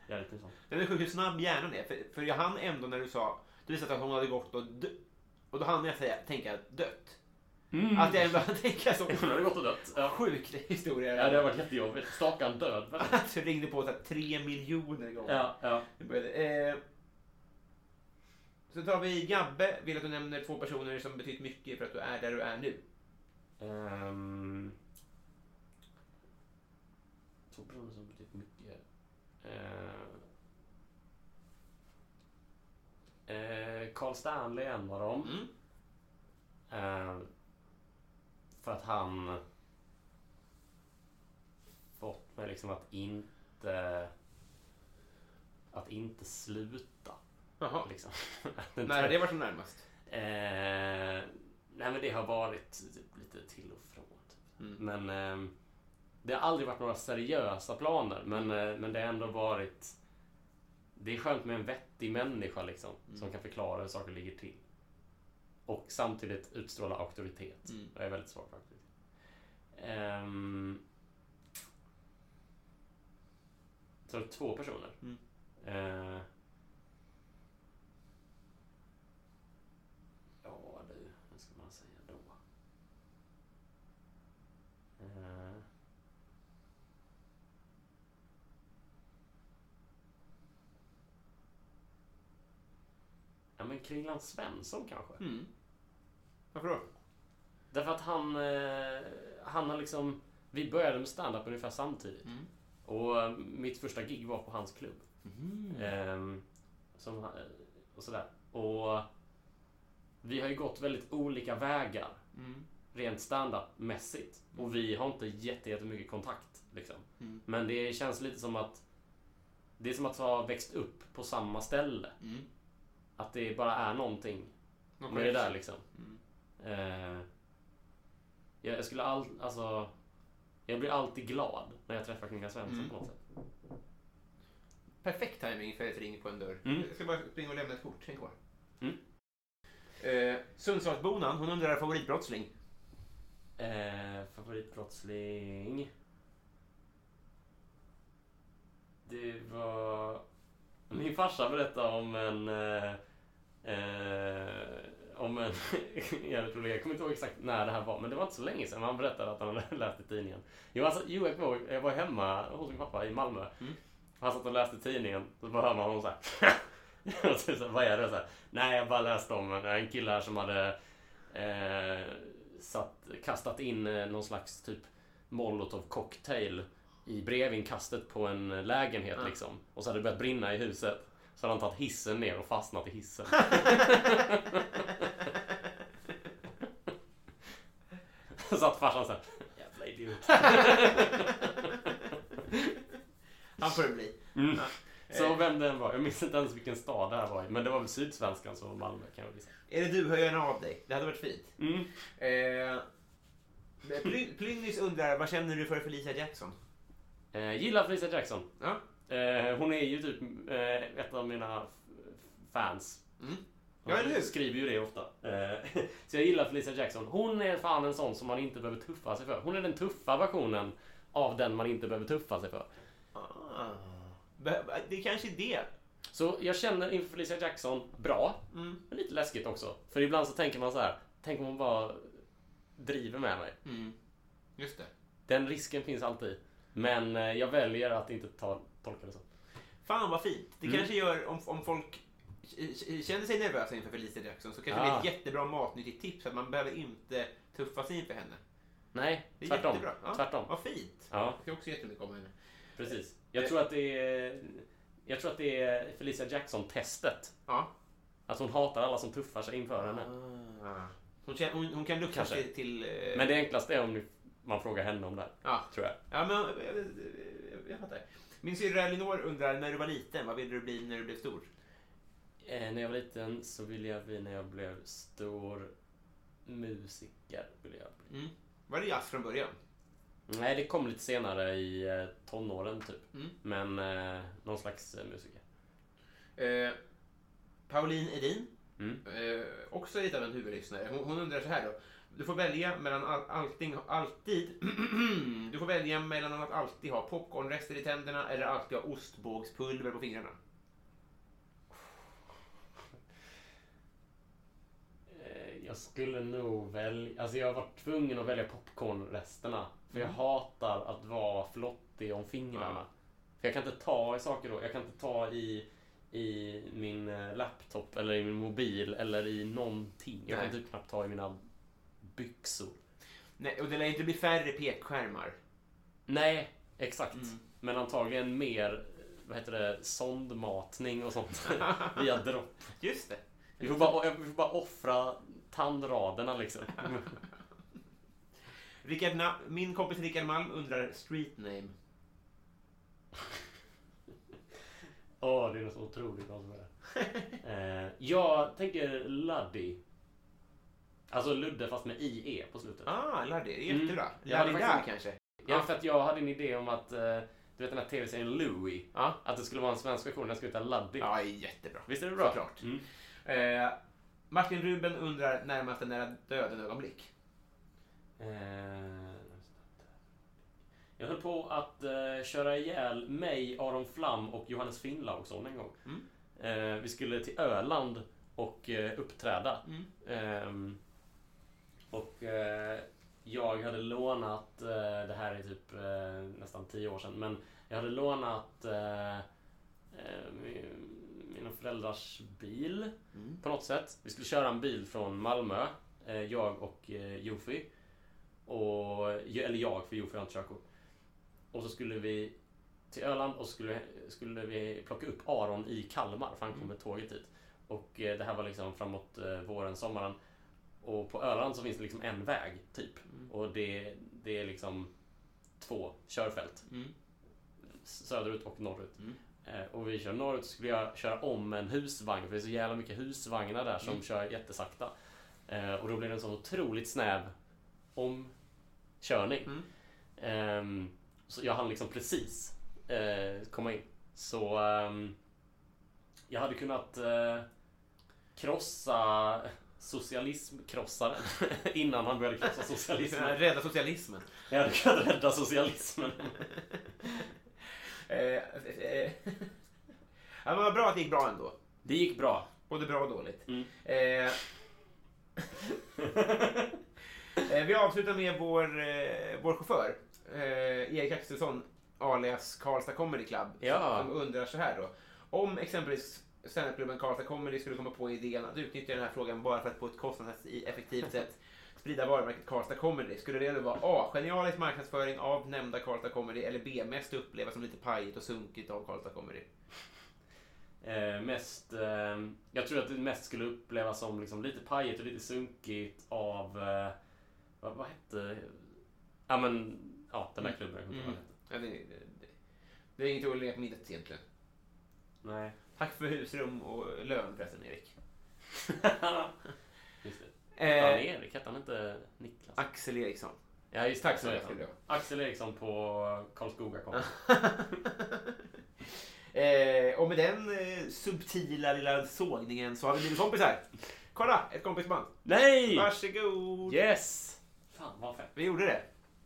Speaker 2: Jävligt intressant.
Speaker 1: Det är sjukt hur snabb hjärnan är. För, för jag hann ändå när du sa, du visade att hon hade gått och dö- Och då hann jag säga, tänka dött.
Speaker 2: Mm.
Speaker 1: Att jag ändå hann tänka så.
Speaker 2: Hon hade gått och dött. Ja.
Speaker 1: Sjuk historia.
Speaker 2: Ja, det har varit jättejobbigt. Stakan död. va?
Speaker 1: Att du ringde på så här, tre miljoner gånger.
Speaker 2: Ja, ja.
Speaker 1: Det började, eh, så tar vi Gabbe, vill att du nämner två personer som betytt mycket för att du är där du är nu.
Speaker 2: Ehm... Två personer som betytt mycket. Ehm... Eh, Carl Stanley är en av dem.
Speaker 1: Mm.
Speaker 2: Ehm, för att han fått mig liksom att inte att inte sluta.
Speaker 1: Jaha.
Speaker 2: Liksom. Att inte-
Speaker 1: När har det varit som närmast?
Speaker 2: Eh, nej men det har varit typ lite till och från. Typ.
Speaker 1: Mm.
Speaker 2: Men ehm, det har aldrig varit några seriösa planer. Men,
Speaker 1: Mm.
Speaker 2: eh, men det har ändå varit... Det är skönt med en vettig människa liksom.
Speaker 1: Mm.
Speaker 2: Som kan förklara hur saker ligger till. Och samtidigt utstråla auktoritet. Jag är väldigt svag för auktoritet. Ehm, så två personer. Eh, Ja du, vad ska man säga då? Eh. Ja men Kringland Svensson kanske?
Speaker 1: Mm. Varför då?
Speaker 2: Därför att han, eh, han har liksom... Vi började med stand-up ungefär samtidigt. Och eh, mitt första gig var på hans klubb. eh, Ehm, som, han- och sådär. Och vi har ju gått väldigt olika vägar.
Speaker 1: Mm.
Speaker 2: Rent standup-mässigt. Och vi har inte jätte- jättemycket kontakt. Liksom. Men det känns lite som att det är som att ha växt upp på samma ställe. Att det bara är någonting
Speaker 1: Någon
Speaker 2: med det där
Speaker 1: connection.
Speaker 2: liksom. Eh, jag, jag skulle all, alltså, jag blir alltid glad när jag träffar Gunilla Svensson på något sätt.
Speaker 1: Perfekt timing för ett ring på en dörr.
Speaker 2: Mm.
Speaker 1: Jag ska bara springa och lämna ett kort. Häng kvar.
Speaker 2: Mm.
Speaker 1: Eh, Sundsvallsbonan, hon undrar favoritbrottsling.
Speaker 2: Eh, favoritbrottsling. Det var... Min farsa berättade om en... Eh, eh, om en jävligt rolig... Jag kommer inte ihåg exakt när det här var, men det var inte så länge sedan. Han berättade att han hade läst i tidningen. Jo, alltså, jo jag kommer ihåg. Jag var hemma hos min pappa i Malmö. Han satt och läste tidningen. Så bara hör man honom så här. Och så, så, vad är det? Så här, Nej, jag bara läste om en, en kille här som hade eh, satt, kastat in eh, någon slags typ molotov cocktail i brevinkastet på en lägenhet liksom. Och så hade det börjat brinna i huset. Så hade han tagit hissen ner och fastnat i hissen. så satt farsan såhär. Jävla idiot.
Speaker 1: Han får det bli. Ja.
Speaker 2: Så vem den var. Jag minns inte ens vilken stad det här var i. Men det var väl Sydsvenskan som var Malmö kan jag gissa.
Speaker 1: Är det du, hör gärna av dig. Det hade varit fint.
Speaker 2: Mm.
Speaker 1: Eh, Ply- Plynnis undrar, vad känner du för Felicia Jackson?
Speaker 2: Eh, gillar Felicia Jackson.
Speaker 1: Ja.
Speaker 2: Eh, hon är ju typ eh, ett av mina f- fans.
Speaker 1: Mm.
Speaker 2: Hon
Speaker 1: Ja, eller hur?
Speaker 2: skriver ju det ofta. Eh, så jag gillar Felicia Jackson. Hon är fan en sån som man inte behöver tuffa sig för. Hon är den tuffa versionen av den man inte behöver tuffa sig för.
Speaker 1: Ah. Be- Det är kanske är det.
Speaker 2: Så jag känner inför Felicia Jackson bra,
Speaker 1: Mm.
Speaker 2: men lite läskigt också. För ibland så tänker man så här, tänk om hon bara driver med mig.
Speaker 1: Mm. Just det.
Speaker 2: Den risken finns alltid. Men eh, jag väljer att inte ta, tolka det så.
Speaker 1: Fan vad fint. Det kanske gör, om, om folk k- k- känner sig nervösa inför Felicia Jackson så kanske det är
Speaker 2: Ah.
Speaker 1: ett jättebra matnyttigt tips att man behöver inte tuffa sig inför henne.
Speaker 2: Nej,
Speaker 1: Det är
Speaker 2: tvärtom.
Speaker 1: jättebra. Ja,
Speaker 2: Tvärtom.
Speaker 1: Vad fint.
Speaker 2: Ja.
Speaker 1: Jag tycker också jättemycket om henne.
Speaker 2: Precis. Jag tror att det är, jag tror att det är Felicia Jackson-testet.
Speaker 1: Ja.
Speaker 2: Att hon hatar alla som tuffar sig inför henne.
Speaker 1: Ah. Hon, känner, hon, hon kan lukta
Speaker 2: Kanske.
Speaker 1: sig till... eh,
Speaker 2: Men det enklaste är om ni- man frågar henne om det här,
Speaker 1: ja.
Speaker 2: tror jag.
Speaker 1: Ja, men jag, jag, jag, jag fattar. Min syrra Elinor undrar, när du var liten, vad ville du bli när du blev stor?
Speaker 2: Eh, när jag var liten så ville jag bli, när jag blev stor, musiker. Ville jag bli.
Speaker 1: Mm. Var det jazz från början?
Speaker 2: Nej, det kom lite senare i eh, tonåren typ.
Speaker 1: Mm.
Speaker 2: Men eh, någon slags eh, musiker.
Speaker 1: Eh, Pauline Edin,
Speaker 2: Mm.
Speaker 1: eh, också lite av en huvudlyssnare, hon, hon undrar så här då. Du får välja mellan all, allting, alltid... du får välja mellan att alltid ha popcornrester i tänderna eller alltid ha ostbågspulver på fingrarna.
Speaker 2: Eh, Jag skulle nog välja... Alltså jag har varit tvungen att välja popcornresterna. För jag hatar att vara flottig om fingrarna. För jag kan inte ta i saker då. Jag kan inte ta i, i min eh, laptop eller i min mobil eller i någonting. Jag kan
Speaker 1: Nej.
Speaker 2: typ knappt ta i mina byxor.
Speaker 1: Nej, och det lär inte bli färre pekskärmar.
Speaker 2: Nej, exakt. Men antagligen mer eh, vad heter det, sondmatning och sånt via dropp.
Speaker 1: Just det.
Speaker 2: Vi får bara, vi får bara offra tandraderna liksom.
Speaker 1: Rickard Na- Min kompis Rickard Malm undrar street name.
Speaker 2: Åh, det är något så otroligt bra som är det. Eh, jag tänker Luddy. Alltså Ludde fast med IE på slutet.
Speaker 1: Ah, Lardy, det är jättebra.
Speaker 2: Mm. Jag hade
Speaker 1: Lardy där
Speaker 2: faktiskt-
Speaker 1: kanske.
Speaker 2: Ja, för att jag hade en idé om att, eh, du vet den här tv-serien Louie.
Speaker 1: Ja.
Speaker 2: Att det skulle vara en svensk version, den skulle heta Luddy.
Speaker 1: Ja, jättebra.
Speaker 2: Visst är det bra?
Speaker 1: Såklart.
Speaker 2: Mm.
Speaker 1: Eh, Martin Ruben undrar närmast en nära döden-ögonblick.
Speaker 2: Eh, jag höll på att eh, köra ihjäl mig, Aron Flam och Johannes Finnlaugsson en gång. Eh, vi skulle till Öland och eh, uppträda. Ehm, och eh, jag hade lånat, eh, det här är typ eh, nästan tio år sedan, men jag hade lånat eh, eh, min- mina föräldrars bil på något sätt. Vi skulle köra en bil från Malmö, eh, jag och eh, Jofi. Och, eller jag, för Jofi har inte körkort. Och så skulle vi till Öland och skulle, skulle vi plocka upp Aron i Kalmar, för han kom med tåget dit. Och eh, det här var liksom framåt eh, våren, sommaren. Och på Öland så finns det liksom en väg, typ. Och det, det är liksom två körfält.
Speaker 3: Mm.
Speaker 2: S- Söderut och norrut.
Speaker 3: Mm.
Speaker 2: Eh, och vi kör norrut så skulle jag köra om en husvagn. För det är så jävla mycket husvagnar där
Speaker 3: Mm.
Speaker 2: som kör jättesakta. Eh, och då blir det en sån otroligt snäv omkörning.
Speaker 3: Mm.
Speaker 2: Ehm, så jag hann liksom precis eh, komma in. Så ehm, jag hade kunnat eh, krossa socialismkrossaren innan han började krossa socialismen.
Speaker 1: Liksom Rädda socialismen.
Speaker 2: Jag hade kunnat rädda socialismen.
Speaker 1: Eh, eh, ja, men vad bra att det gick bra ändå.
Speaker 2: Det gick bra.
Speaker 1: Både bra och dåligt.
Speaker 2: Mm.
Speaker 1: Eh, eh, vi avslutar med vår, eh, vår chaufför, eh, Erik Axelsson, alias Karlstad Comedy Club,
Speaker 2: Ja.
Speaker 1: som undrar så här då. Om exempelvis standupklubben Karlstad Comedy skulle komma på idén att utnyttja den här frågan bara för att på ett kostnadseffektivt sätt sprida varumärket Karlstad Comedy, skulle det då vara A. Genialisk marknadsföring av nämnda Karlstad Comedy eller B. Mest upplevas som lite pajigt och sunkigt av Karlstad Comedy?
Speaker 2: Eh, mest, eh, jag tror att det mest skulle upplevas som liksom lite pajigt och lite sunkigt av... Eh, vad, vad hette... Ja men, ja
Speaker 1: Mm.
Speaker 2: den där klubben. Jag kommer inte ihåg vad den hette.
Speaker 1: Ja, det, det, det, det är inget att lägga på minnet egentligen.
Speaker 2: Nej.
Speaker 1: Tack för husrum och lön förresten, Erik.
Speaker 2: Just det. Ja,
Speaker 1: Eh,
Speaker 2: Erik hette han inte Niklas?
Speaker 1: Axel Eriksson.
Speaker 2: Ja, just
Speaker 1: Tack
Speaker 2: tack
Speaker 1: så
Speaker 2: så
Speaker 1: mycket.
Speaker 2: mycket. Axel Eriksson på Karlskoga kom.
Speaker 1: eh, och med den eh, subtila lilla sågningen så har vi blivit kompisar. Kolla, ett kompisband.
Speaker 2: Nej!
Speaker 1: Varsågod.
Speaker 2: Yes! Fan vad fett.
Speaker 1: Vi gjorde det.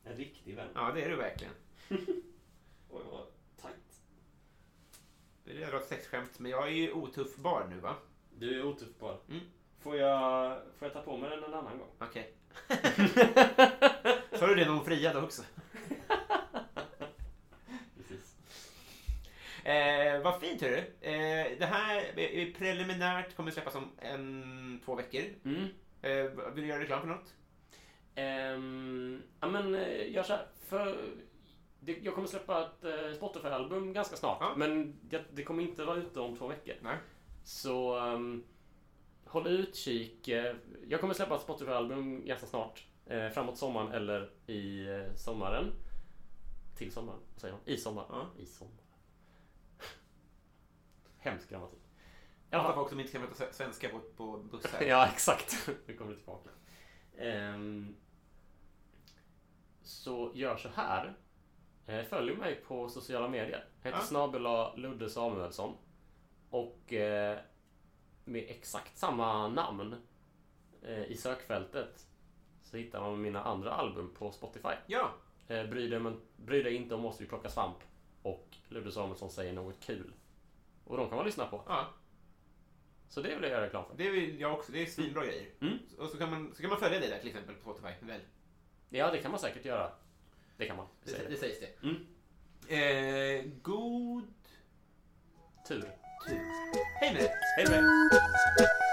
Speaker 2: En riktig vän.
Speaker 1: Ja, det är du verkligen.
Speaker 2: Oj, vad tajt.
Speaker 1: Det är ett sexskämt, men jag är ju otuffbar nu va?
Speaker 2: Du är otuffbar.
Speaker 1: Mm.
Speaker 2: Får, jag, får jag ta på mig den en annan gång?
Speaker 1: Okej. Sa du det när hon friade också?
Speaker 2: Precis.
Speaker 1: Eh, vad fint hörru. Eh, det här är är preliminärt kommer släppas om en, två veckor.
Speaker 2: Mm.
Speaker 1: Eh, vill du göra reklam för något?
Speaker 2: Ehm, ja, men eh, gör så här. För det, jag kommer släppa ett eh, Spotify-album ganska snart.
Speaker 1: Ja.
Speaker 2: Men det, det kommer inte vara ute om två veckor.
Speaker 1: Nej.
Speaker 2: Så ehm, håll utkik. Eh, Jag kommer släppa ett Spotify-album ganska snart. Eh, framåt sommaren eller i eh, sommaren. Till sommaren, vad säger man? I sommaren.
Speaker 1: Ja.
Speaker 2: I sommaren. Hemsk grammatik.
Speaker 1: Jag
Speaker 2: Ja.
Speaker 1: hatar folk som inte kan prata se- svenska på, på bussar.
Speaker 2: Ja, exakt. Nu kommer det tillbaka. Ehm, så gör så här. Eh, Följ mig på sociala medier. Jag heter
Speaker 1: Ja.
Speaker 2: snabel A. Ludde Samuelsson. Och eh, med exakt samma namn eh, i sökfältet så hittar man mina andra album på Spotify.
Speaker 1: Ja,
Speaker 2: Eh, bry, dig, men, bry dig inte om oss, vi plockar svamp. Och Ludde Samuelsson säger något kul. Och de kan man lyssna på.
Speaker 1: ja,
Speaker 2: Så det vill jag göra reklam för.
Speaker 1: det vill jag också. Det är svinbra grejer.
Speaker 2: Mm.
Speaker 1: Och så kan, man, så kan man följa dig där till exempel på Spotify. Väl?
Speaker 2: Ja, det kan man säkert göra. Det kan man.
Speaker 1: Det,
Speaker 2: Jag
Speaker 1: det
Speaker 2: säger det.
Speaker 1: sägs det.
Speaker 2: Mm.
Speaker 1: Eh, god
Speaker 2: Tur.
Speaker 1: tur. Hej med dig!
Speaker 2: Hej med er.